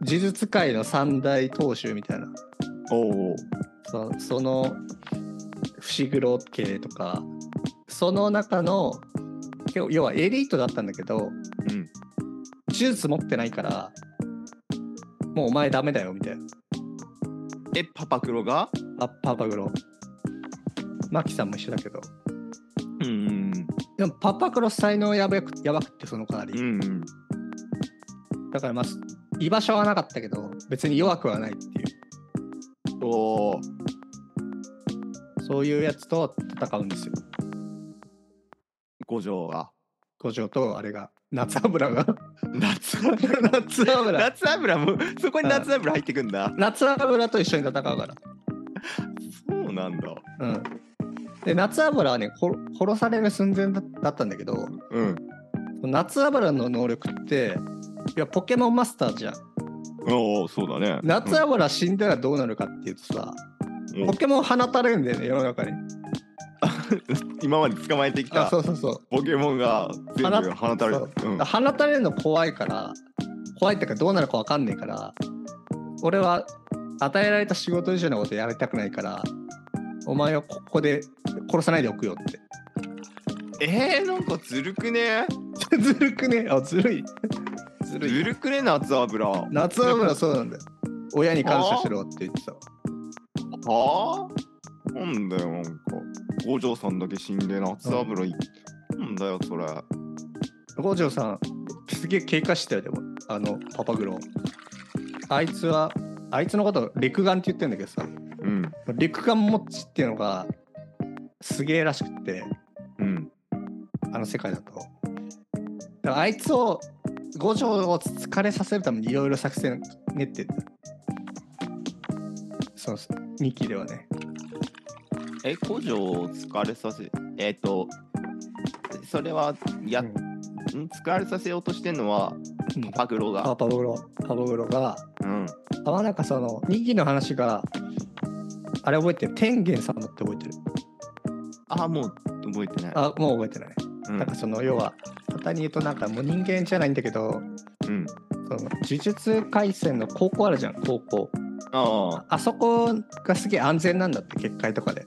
Speaker 2: 呪術界の三大当主みたいな
Speaker 1: おお。
Speaker 2: そのその伏黒家とかその中の要要はエリートだったんだけど
Speaker 1: うん。
Speaker 2: 呪術持ってないからもうお前ダメだよみたいな
Speaker 1: え、パパクロが
Speaker 2: あパパグロマキさんも一緒だけど
Speaker 1: うん
Speaker 2: でもパパクロ才能やばくやばくってその代わ
Speaker 1: うん。う
Speaker 2: り
Speaker 1: んうん。
Speaker 2: だからまあ居場所はなかったけど別に弱くはないっていう
Speaker 1: おお。
Speaker 2: そういうやつと戦うんですよ
Speaker 1: 五条 が。
Speaker 2: 五条とあれが夏油が
Speaker 1: 夏
Speaker 2: 夏油
Speaker 1: 夏油も、そこに夏油入ってくんだ。
Speaker 2: 夏油と一緒に戦うから
Speaker 1: そうなんだ。
Speaker 2: うんで夏油はね殺殺される寸前だだったんだけど
Speaker 1: うん。
Speaker 2: 夏油の能力っていやポケモンマスターじゃん
Speaker 1: おお、そうだね。
Speaker 2: 夏油死んだらどうなるかっていうとさ、
Speaker 1: うん
Speaker 2: ポケモン放たれるんだよね世の中に
Speaker 1: 今まで捕まえてき
Speaker 2: あ
Speaker 1: た
Speaker 2: そうそうそう
Speaker 1: ポケモンが全部
Speaker 2: 放
Speaker 1: 放たれる
Speaker 2: そう。
Speaker 1: うん
Speaker 2: 放たれるの怖いから怖いってかどうなるか分かんないから俺は与えられた仕事以上のことやりたくないからお前をここで殺さないでおくよって
Speaker 1: えー、なんかずるくね
Speaker 2: ずるくねあずるいず
Speaker 1: ず
Speaker 2: るい
Speaker 1: るくね夏油。は
Speaker 2: 夏は村そうなんだよ親に感謝しろって言ってたわ
Speaker 1: あなんだよ、なんか。五条さんだけ死んで夏油いなんだよ、それ。
Speaker 2: 五条さんすげえ警戒してたよでもあのパパグロあいつはあいつのこと陸眼って言ってんだけどさ
Speaker 1: うん。
Speaker 2: 陸眼持ちっていうのがすげえらしくって
Speaker 1: うん。
Speaker 2: あの世界だと。だからあいつを五条を疲れさせるためにいろいろ作戦練ってった。そうそう2期ではね。
Speaker 1: え、五条を疲れさせ、えっ、と、それは、や、
Speaker 2: うん
Speaker 1: ん疲れさせようとしてんのは、
Speaker 2: うん
Speaker 1: パクロが。
Speaker 2: パパブロパパブロが
Speaker 1: うん。
Speaker 2: あまあなんかその2期の話があれ覚えてる天元様って覚えてる
Speaker 1: あ、もう覚えてない。
Speaker 2: あもう覚えてない、
Speaker 1: うん
Speaker 2: なんかその要は簡単に言うとなんかもう人間じゃないんだけど
Speaker 1: うん。
Speaker 2: その呪術廻戦の高校あるじゃん高校
Speaker 1: ああ。おう
Speaker 2: あそこがすげえ安全なんだって結界とかで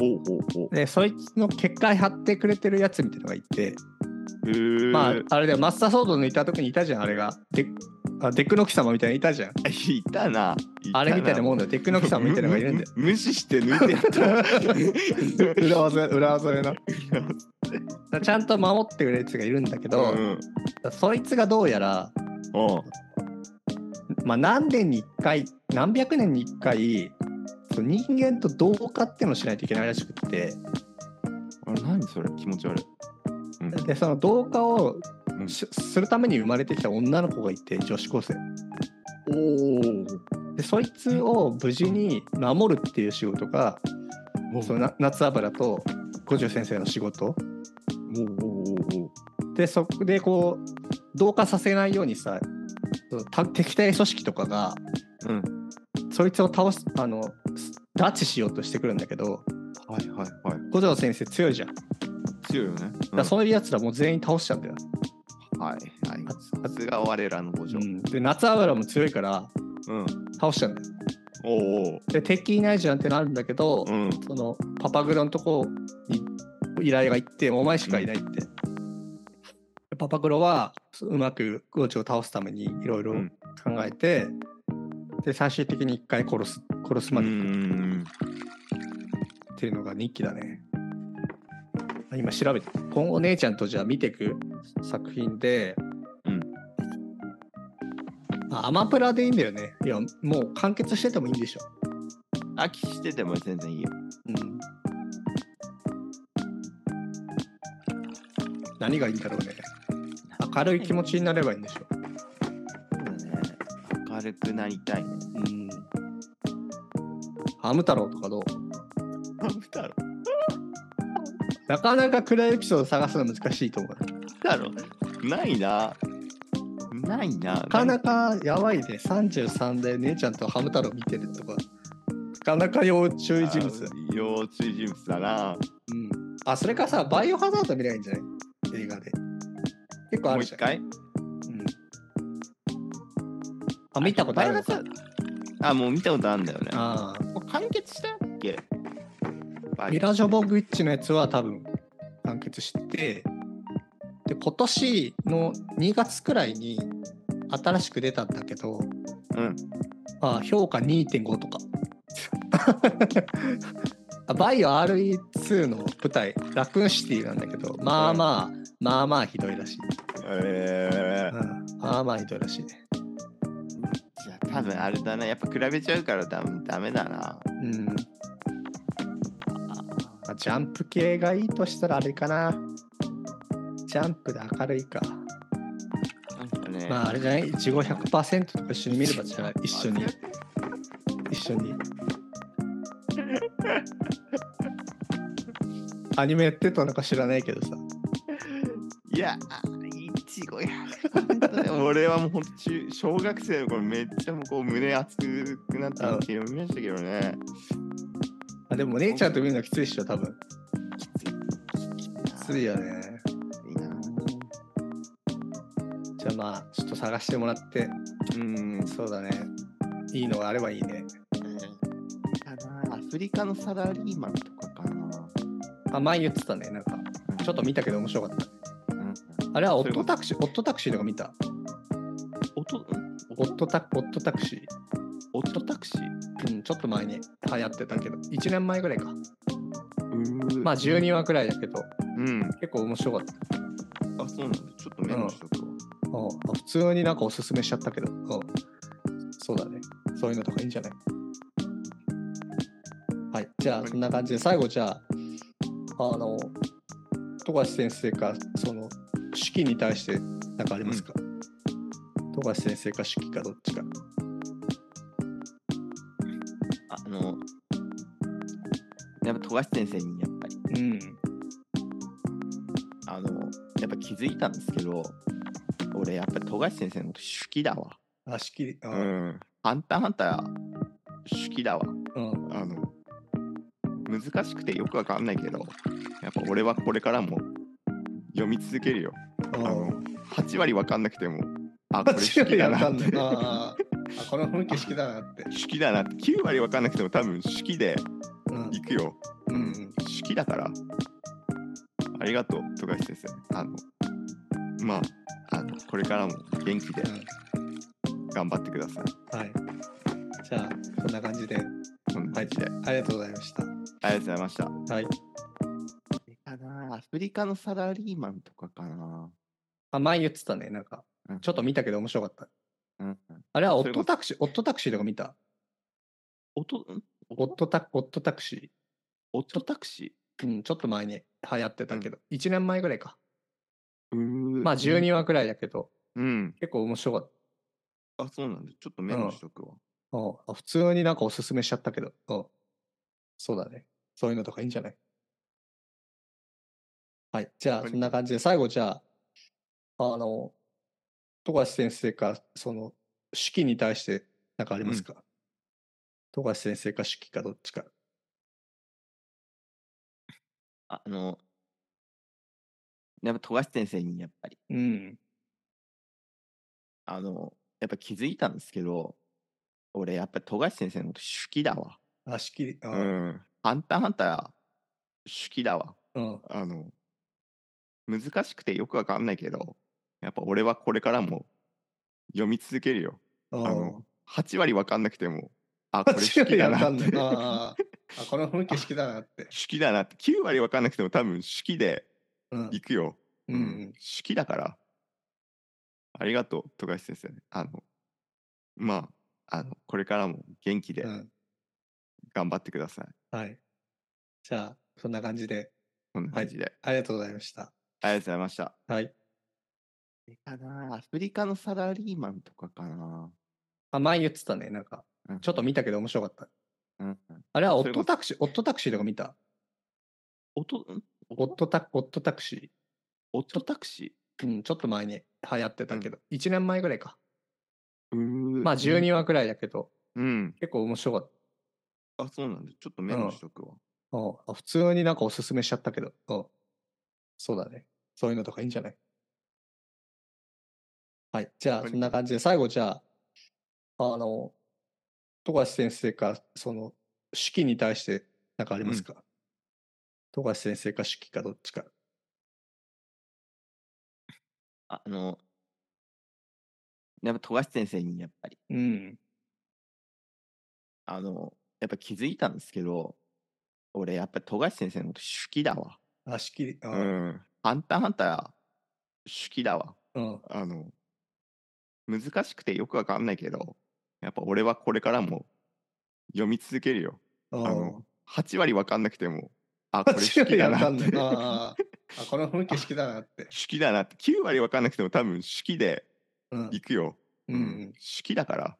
Speaker 1: おうおう。
Speaker 2: でそいつの結界張ってくれてるやつみたいのがい
Speaker 1: へ
Speaker 2: て、
Speaker 1: え。
Speaker 2: まああれだよマスターソード抜いた時にいたじゃんあれがデあデックノキ様みたいにいたじゃん
Speaker 1: いたな。
Speaker 2: あれみたいなもんだよデックノキ様みたいなのがいるんだ よ
Speaker 1: むむ無視して抜いてや っ
Speaker 2: 裏技裏技でな
Speaker 1: た。
Speaker 2: ちゃんと守ってくれるやつがいるんだけど、
Speaker 1: うん。
Speaker 2: そいつがどうやら、
Speaker 1: おう
Speaker 2: まあ、何年に1回何百年に1回その人間と同化ってのをしないといけないらしくって
Speaker 1: あれ何それ気持ち悪い。うん
Speaker 2: でその同化を
Speaker 1: うん
Speaker 2: しするために生まれてきた女の子がいて女子高生
Speaker 1: お
Speaker 2: でそいつを無事に守るっていう仕事が
Speaker 1: お。
Speaker 2: そのな夏油と五条先生の仕事
Speaker 1: おうおうおうおう。
Speaker 2: でそこでこう同化させないようにさそうた敵対組織とかが
Speaker 1: うん。
Speaker 2: そいつを倒すあのす拉致しようとしてくるんだけど
Speaker 1: はいはいはい。
Speaker 2: 五条先生強いじゃんだか
Speaker 1: 強いよね。
Speaker 2: らそういうやつらもう全員倒しちゃうんだよ、
Speaker 1: うんはいはい。さすが我らの五条。
Speaker 2: で夏油も強いから
Speaker 1: うん。
Speaker 2: 倒しちゃうんだよ
Speaker 1: おうおう。
Speaker 2: で敵いないじゃんってなるんだけど、
Speaker 1: うん。
Speaker 2: そのパパグロのとこに依頼が行ってお前しかいないって、でパパグロはうまくゴチを倒すためにいろいろ
Speaker 1: うん
Speaker 2: 考えて、で最終的に一回殺す殺す
Speaker 1: う
Speaker 2: まで行く
Speaker 1: ん。
Speaker 2: っていうのが日記だね、今調べて今後姉ちゃんとじゃあ見ていく作品でまあ、アマプラでいいんだよね。いや、もう完結しててもいいんでしょ。
Speaker 1: 飽きしてても全然いいよ。
Speaker 2: うん。何がいいんだろうね。明るい気持ちになればいいんでしょ。
Speaker 1: そうだね。明るくなりたいね。
Speaker 2: うん。ハム太郎とかどう
Speaker 1: ハム太郎
Speaker 2: なかなか暗いエピソード探すの難しいと思う。
Speaker 1: だろないな。ないな。な
Speaker 2: なかなかやばいね。33で姉ちゃんとハム太郎見てるとか。なかなか要注意人物だ。
Speaker 1: あ要注意人物だな。
Speaker 2: うん。あ、それかさ、バイオハザード見ればいいんじゃない映画で。結構あ
Speaker 1: もう
Speaker 2: る
Speaker 1: 一
Speaker 2: じゃん。
Speaker 1: 回
Speaker 2: うん。あ、見たことあるの
Speaker 1: バイオハ。
Speaker 2: か
Speaker 1: ザードあ、もう見たことあるんだよね。
Speaker 2: ああ。
Speaker 1: もう完結したっけバ
Speaker 2: ミラ・ジョボグッチのやつは多分完結して、で、今年の2月くらいに新しく出たんだけど、
Speaker 1: うん。
Speaker 2: まあ、評価2.5とか。 あバイオ RE2 の舞台、ラクーンシティなんだけど、まあまあ、まあまあひどいらしい。
Speaker 1: え
Speaker 2: うん、まあまあひどいらしいね。
Speaker 1: じゃあ多分あれだな。やっぱ比べちゃうから多分ダメだな。
Speaker 2: うん。あジャンプ系がいいとしたらあれかな。ジャンプで明るいか。
Speaker 1: なんかね。
Speaker 2: まああれじゃない、いちご100%とか一緒に見ればじゃない、一緒に、一緒に。アニメやってたのか知らないけどさ。
Speaker 1: いや、いちごや。俺はもうほんと中小学生の頃めっちゃもうこう胸熱くなって見て読みましたけどね。
Speaker 2: あでも姉ちゃんと見るのきついっしょ、多分。きついよね。
Speaker 1: いいな。
Speaker 2: じゃあまあ、ちょっと探してもらって、
Speaker 1: うん。
Speaker 2: そうだね。いいのがあればいいね。
Speaker 1: かなアフリカのサラリーマンとかかな。
Speaker 2: あ、前言ってたね、なんか。ちょっと見たけど面白かった。
Speaker 1: うん。
Speaker 2: あれはオットタクシー、オットタクシーとか見た。
Speaker 1: 音、
Speaker 2: オットタク、オットタクシ
Speaker 1: 音タクシー
Speaker 2: ー。うん、ちょっと前に流行ってたけど、1年前ぐらいか。
Speaker 1: うー
Speaker 2: まあ12話くらいだけど、
Speaker 1: うん。
Speaker 2: 結構面白かった。
Speaker 1: あ、そうなんだ。ちょっとメモしとくわ。
Speaker 2: うんあ普通になんかおすすめしちゃったけど、うんそうだね。そういうのとかいいんじゃないはい。じゃあ、そんな感じで、最後じゃあ、あの、富樫先生か、その、手記に対して何かありますか、富樫先生か手記かどっちか。
Speaker 1: ああの、やっぱ富樫先生にやっぱり、
Speaker 2: うん。
Speaker 1: あの、やっぱ気づいたんですけど、俺やっぱ富樫先生のこと好きだわ。
Speaker 2: あ、手記、う。
Speaker 1: うんん。ハンターハンター好きだわ。
Speaker 2: うん。
Speaker 1: あの、難しくてよくわかんないけど、やっぱ俺はこれからも読み続けるよ。
Speaker 2: う
Speaker 1: あの
Speaker 2: ん。、
Speaker 1: 8割わかんなくても、あ、これ
Speaker 2: 8
Speaker 1: 好き
Speaker 2: 割
Speaker 1: だ
Speaker 2: わ
Speaker 1: な
Speaker 2: か
Speaker 1: っ
Speaker 2: ん
Speaker 1: て
Speaker 2: ない。。あーあ、この雰囲気好きだなって。
Speaker 1: 好きだなって9割わかんなくても多分好きで
Speaker 2: うん。
Speaker 1: 行くよ。
Speaker 2: うん。
Speaker 1: 好きだから。ありがとう、富樫先生。あの、まあ、あの、これからも元気で頑張ってください。
Speaker 2: はい。じゃあ、そんな感じで、
Speaker 1: こんな感じで。
Speaker 2: ありがとうございました。
Speaker 1: ありがとうございました。
Speaker 2: はい。
Speaker 1: かなアフリカのサラリーマンとかかな
Speaker 2: あ、前言ってたね。なんか
Speaker 1: うん、
Speaker 2: ちょっと見たけど面白かった。
Speaker 1: うん。
Speaker 2: あれはオ
Speaker 1: そ
Speaker 2: ッ
Speaker 1: れこそ
Speaker 2: トタクシー、オットタクシーとか見た
Speaker 1: 音、ん
Speaker 2: オットタオットタクシ
Speaker 1: 音タクシ
Speaker 2: ー。うん、ちょっと前に流行ってたけど、1年前ぐらいか。
Speaker 1: ーうー
Speaker 2: まあ12話くらいだけど、
Speaker 1: うん。
Speaker 2: 結構面白かっ
Speaker 1: あ、そうなんだ。ちょっとメモしとくわ。
Speaker 2: た。うんあ普通になんかおすすめしちゃったけど、うんそうだね。そういうのとかいいんじゃないはい。じゃ
Speaker 1: は
Speaker 2: あ、
Speaker 1: い
Speaker 2: そんな感じで、最後じゃあ、あの、富樫先生か、その、手記に対して何かありますか、富樫先生か手記かどっちか。
Speaker 1: ああの、やっぱ富樫先生にやっぱり、
Speaker 2: うん。
Speaker 1: あの、やっぱ気づいたんですけど、俺やっぱ富樫先生のこと好きだわ。
Speaker 2: あ、仕切り、あ
Speaker 1: ん。ハンターハンター好きだわ。
Speaker 2: うん、
Speaker 1: あの、難しくてよくわかんないけど、やっぱ俺はこれからも読み続けるよ。
Speaker 2: あ
Speaker 1: あ
Speaker 2: の
Speaker 1: の、、8割わかんなくても、あ、これ
Speaker 2: 8
Speaker 1: 好き
Speaker 2: 割
Speaker 1: だ
Speaker 2: わ
Speaker 1: な
Speaker 2: か
Speaker 1: んっ
Speaker 2: ない
Speaker 1: て。。
Speaker 2: あーあ、この雰囲気好きだなって
Speaker 1: 好。きだなって9割分かんなくても多分好きで
Speaker 2: うん、
Speaker 1: 行くよ、
Speaker 2: うん、
Speaker 1: 好きだからありがとう富樫先生あのまあ、あの、これからも元気で
Speaker 2: うん。
Speaker 1: 頑張ってください。
Speaker 2: はい。じゃあ、そんな感じで、
Speaker 1: こんな感じで。
Speaker 2: ありがとうございました。
Speaker 1: ありがとうございました。
Speaker 2: はい。
Speaker 1: あれかなアフリカのサラリーマンとかかな
Speaker 2: あ、前言ってたね。なんか
Speaker 1: うん、
Speaker 2: ちょっと見たけど面白かった。
Speaker 1: うん。
Speaker 2: あれはオ
Speaker 1: そ
Speaker 2: ッ
Speaker 1: れこそ
Speaker 2: トタクシー、オットタクシーとか見た
Speaker 1: 音、ん
Speaker 2: オットタオットタクシ
Speaker 1: 音タクシ
Speaker 2: ー。うん、ちょっと前に流行ってたけど、1年前ぐらいか。
Speaker 1: ーうー
Speaker 2: まあ12話くらいだけど、
Speaker 1: うん。
Speaker 2: 結構面白かっ
Speaker 1: あ、そうなんだ。ちょっとメモしとくわ。
Speaker 2: た。うんあ普通になんかおすすめしちゃったけど、うんそうだね。そういうのとかいいんじゃないはい。じゃ
Speaker 1: わ
Speaker 2: あ、
Speaker 1: かり
Speaker 2: そんな感じで、最後じゃあ、あの、富樫先生か、その、手記に対して何かありますか、富樫先生か手記かどっちか。
Speaker 1: ああの、やっぱ富樫先生にやっぱり、
Speaker 2: うん。
Speaker 1: あの、やっぱ気づいたんですけど、俺やっぱ富樫先生のこと好きだわ。
Speaker 2: あ、手記、あ
Speaker 1: ん。ハンターハンター、好きだわ。
Speaker 2: うん。
Speaker 1: あの、難しくてよくわかんないけど、やっぱ俺はこれからも読み続けるよ。
Speaker 2: あ
Speaker 1: あ
Speaker 2: の
Speaker 1: の、8割わかんなくても、あ、これ
Speaker 2: 8
Speaker 1: 好き
Speaker 2: 割
Speaker 1: だ
Speaker 2: わ
Speaker 1: な
Speaker 2: か
Speaker 1: んっ
Speaker 2: な い
Speaker 1: て。。
Speaker 2: あーあ、この雰囲気好きだなって。
Speaker 1: 好きだなって9割分かんなくても多分好きで
Speaker 2: うん。
Speaker 1: 行くよ、
Speaker 2: うんうん
Speaker 1: 好きだから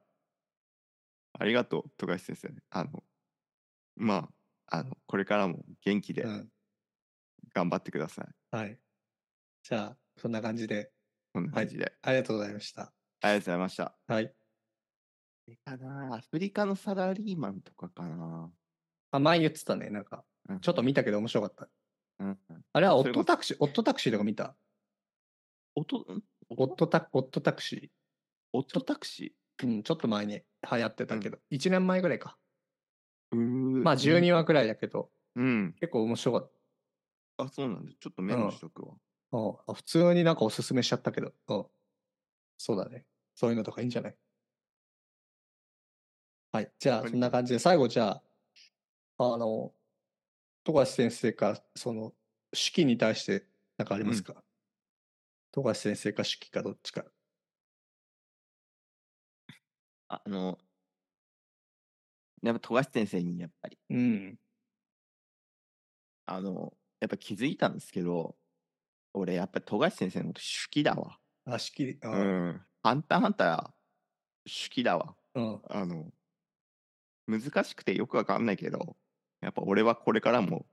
Speaker 1: ありがとう富樫先生あのまああのこれからも元気で
Speaker 2: うん。
Speaker 1: 頑張ってください、
Speaker 2: はい。じゃあ、そんな感じで、
Speaker 1: こんな感じで、
Speaker 2: ありがとうございました。
Speaker 1: ありがとうございました
Speaker 2: はい。
Speaker 1: あれかなアフリカのサラリーマンとかかな、
Speaker 2: あ、前言ってたね。なんか、
Speaker 1: うん
Speaker 2: ちょっと見たけど面白かった。
Speaker 1: うん、
Speaker 2: あれはオ
Speaker 1: そ
Speaker 2: ッ
Speaker 1: れこそ
Speaker 2: トタクシー、オットタクシーとか見た
Speaker 1: 音ん
Speaker 2: オットタオットタクシ
Speaker 1: 音タクシ
Speaker 2: ー。うん、ちょっと前に流行ってたけど、1年前ぐらいか。
Speaker 1: ーうー
Speaker 2: まあ12話くらいだけど、
Speaker 1: うん
Speaker 2: 結構面白かった。
Speaker 1: あそうなんだちょっとメ
Speaker 2: うん
Speaker 1: モしとくわ、
Speaker 2: うんあ普通になんかおすすめしちゃったけど、うんそうだね。そういうのとかいいんじゃないはい。じゃ
Speaker 1: わ
Speaker 2: あ、
Speaker 1: かり
Speaker 2: そんな感じで、最後じゃあ、あの、富樫先生か、その、手記に対して何かありますか、富樫先生か手記かどっちか。
Speaker 1: ああのやっぱ富樫先生にやっぱり
Speaker 2: うん。
Speaker 1: あの、やっぱ気づいたんですけど、俺やっぱ富樫先生のこと好きだわ。
Speaker 2: あ、手記、あ
Speaker 1: ん。ハンターハンター、好きだわ。
Speaker 2: うん。
Speaker 1: あの、難しくてよくわかんないけど、やっぱ俺はこれからも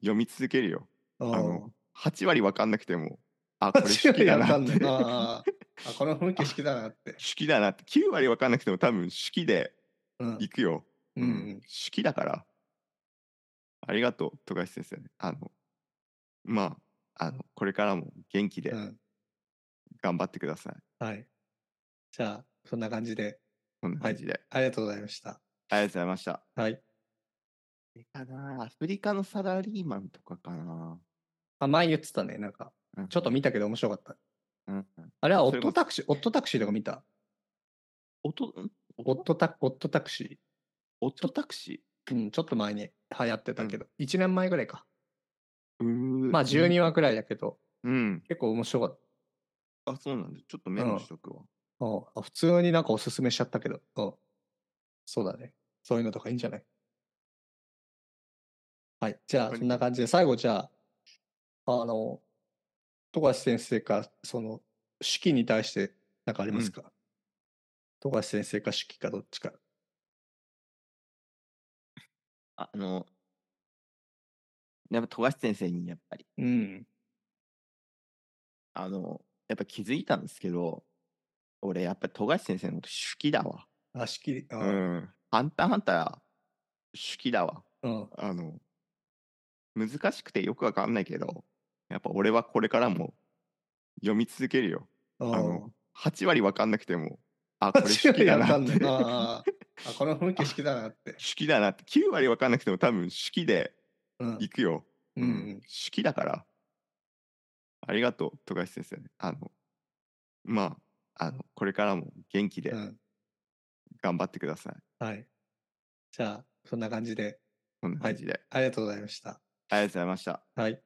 Speaker 1: 読み続けるよ。
Speaker 2: あ
Speaker 1: あの、8割わかんなくても、あ、これ
Speaker 2: 8
Speaker 1: 好き
Speaker 2: 割
Speaker 1: だ
Speaker 2: わ
Speaker 1: な
Speaker 2: か
Speaker 1: んっ
Speaker 2: ない
Speaker 1: て。 好
Speaker 2: あーあ、この雰囲気好きだなって。
Speaker 1: きだなって。9割わかんなくても多分好きで
Speaker 2: うん。
Speaker 1: 行くよ。
Speaker 2: うんうん
Speaker 1: 好きだから。ありがとう、富樫先生。あの、まあ、あの、これからも元気で
Speaker 2: うん。
Speaker 1: 頑張ってください。
Speaker 2: はい。じゃあ、そんな感じで、
Speaker 1: こんな感じで。
Speaker 2: ありがとうございました。
Speaker 1: ありがとうございました。
Speaker 2: はい。
Speaker 1: あれかなアフリカのサラリーマンとかかな、
Speaker 2: あ、前言ってたね。なんか、
Speaker 1: うん
Speaker 2: ちょっと見たけど面白かった。
Speaker 1: うん、
Speaker 2: あれはオ
Speaker 1: そ
Speaker 2: ッ
Speaker 1: れこ
Speaker 2: ト
Speaker 1: そ
Speaker 2: タクシー、オットタクシーとか見た
Speaker 1: 音ん
Speaker 2: オットタオットタクシ
Speaker 1: 音タクシ
Speaker 2: ー。うん、ちょっと前に流行ってたけど、1年前ぐらいか。
Speaker 1: ーうー
Speaker 2: まあ12話くらいだけど、
Speaker 1: うん。
Speaker 2: 結構面白かっ
Speaker 1: あ、そうなんだ。ちょっとメモしとくわ。
Speaker 2: た。うんあ普通になんかおすすめしちゃったけど、うんそうだね。そういうのとかいいんじゃないはい。じゃ
Speaker 1: わ
Speaker 2: あ、
Speaker 1: かり
Speaker 2: そんな感じで、最後じゃあ、あの、富樫先生か、その、手記に対して何かありますか、富樫先生か手記かどっちか。
Speaker 1: あの、やっぱ富樫先生にやっぱり、
Speaker 2: うん。
Speaker 1: あの、やっぱ気づいたんですけど、俺やっぱ富樫先生のこと好きだわ。
Speaker 2: あ、仕切り、あ
Speaker 1: ん。ハンターハンター、好きだわ。
Speaker 2: うん、
Speaker 1: あの、難しくてよくわかんないけど、やっぱ俺はこれからも読み続けるよ。
Speaker 2: あ
Speaker 1: あ
Speaker 2: の
Speaker 1: の、、8割わかんなくても、あ、これ
Speaker 2: 8
Speaker 1: 好き
Speaker 2: 割
Speaker 1: だ
Speaker 2: わ
Speaker 1: な
Speaker 2: か
Speaker 1: んっ
Speaker 2: ない
Speaker 1: て。。 好
Speaker 2: あーあ、この雰 囲気好きだなって。
Speaker 1: きだなって。9割わかんなくても多分好きで
Speaker 2: うん、
Speaker 1: 行くよ。
Speaker 2: うんうん
Speaker 1: 好、きだから。ありがとう、富樫先生。あの、まあ、あの、これからも元気で
Speaker 2: うん。
Speaker 1: 頑張ってください。
Speaker 2: はい。じゃあ、そんな感じで、
Speaker 1: こんな感じで。
Speaker 2: ありがとうございました。
Speaker 1: ありがとうございました。
Speaker 2: はい。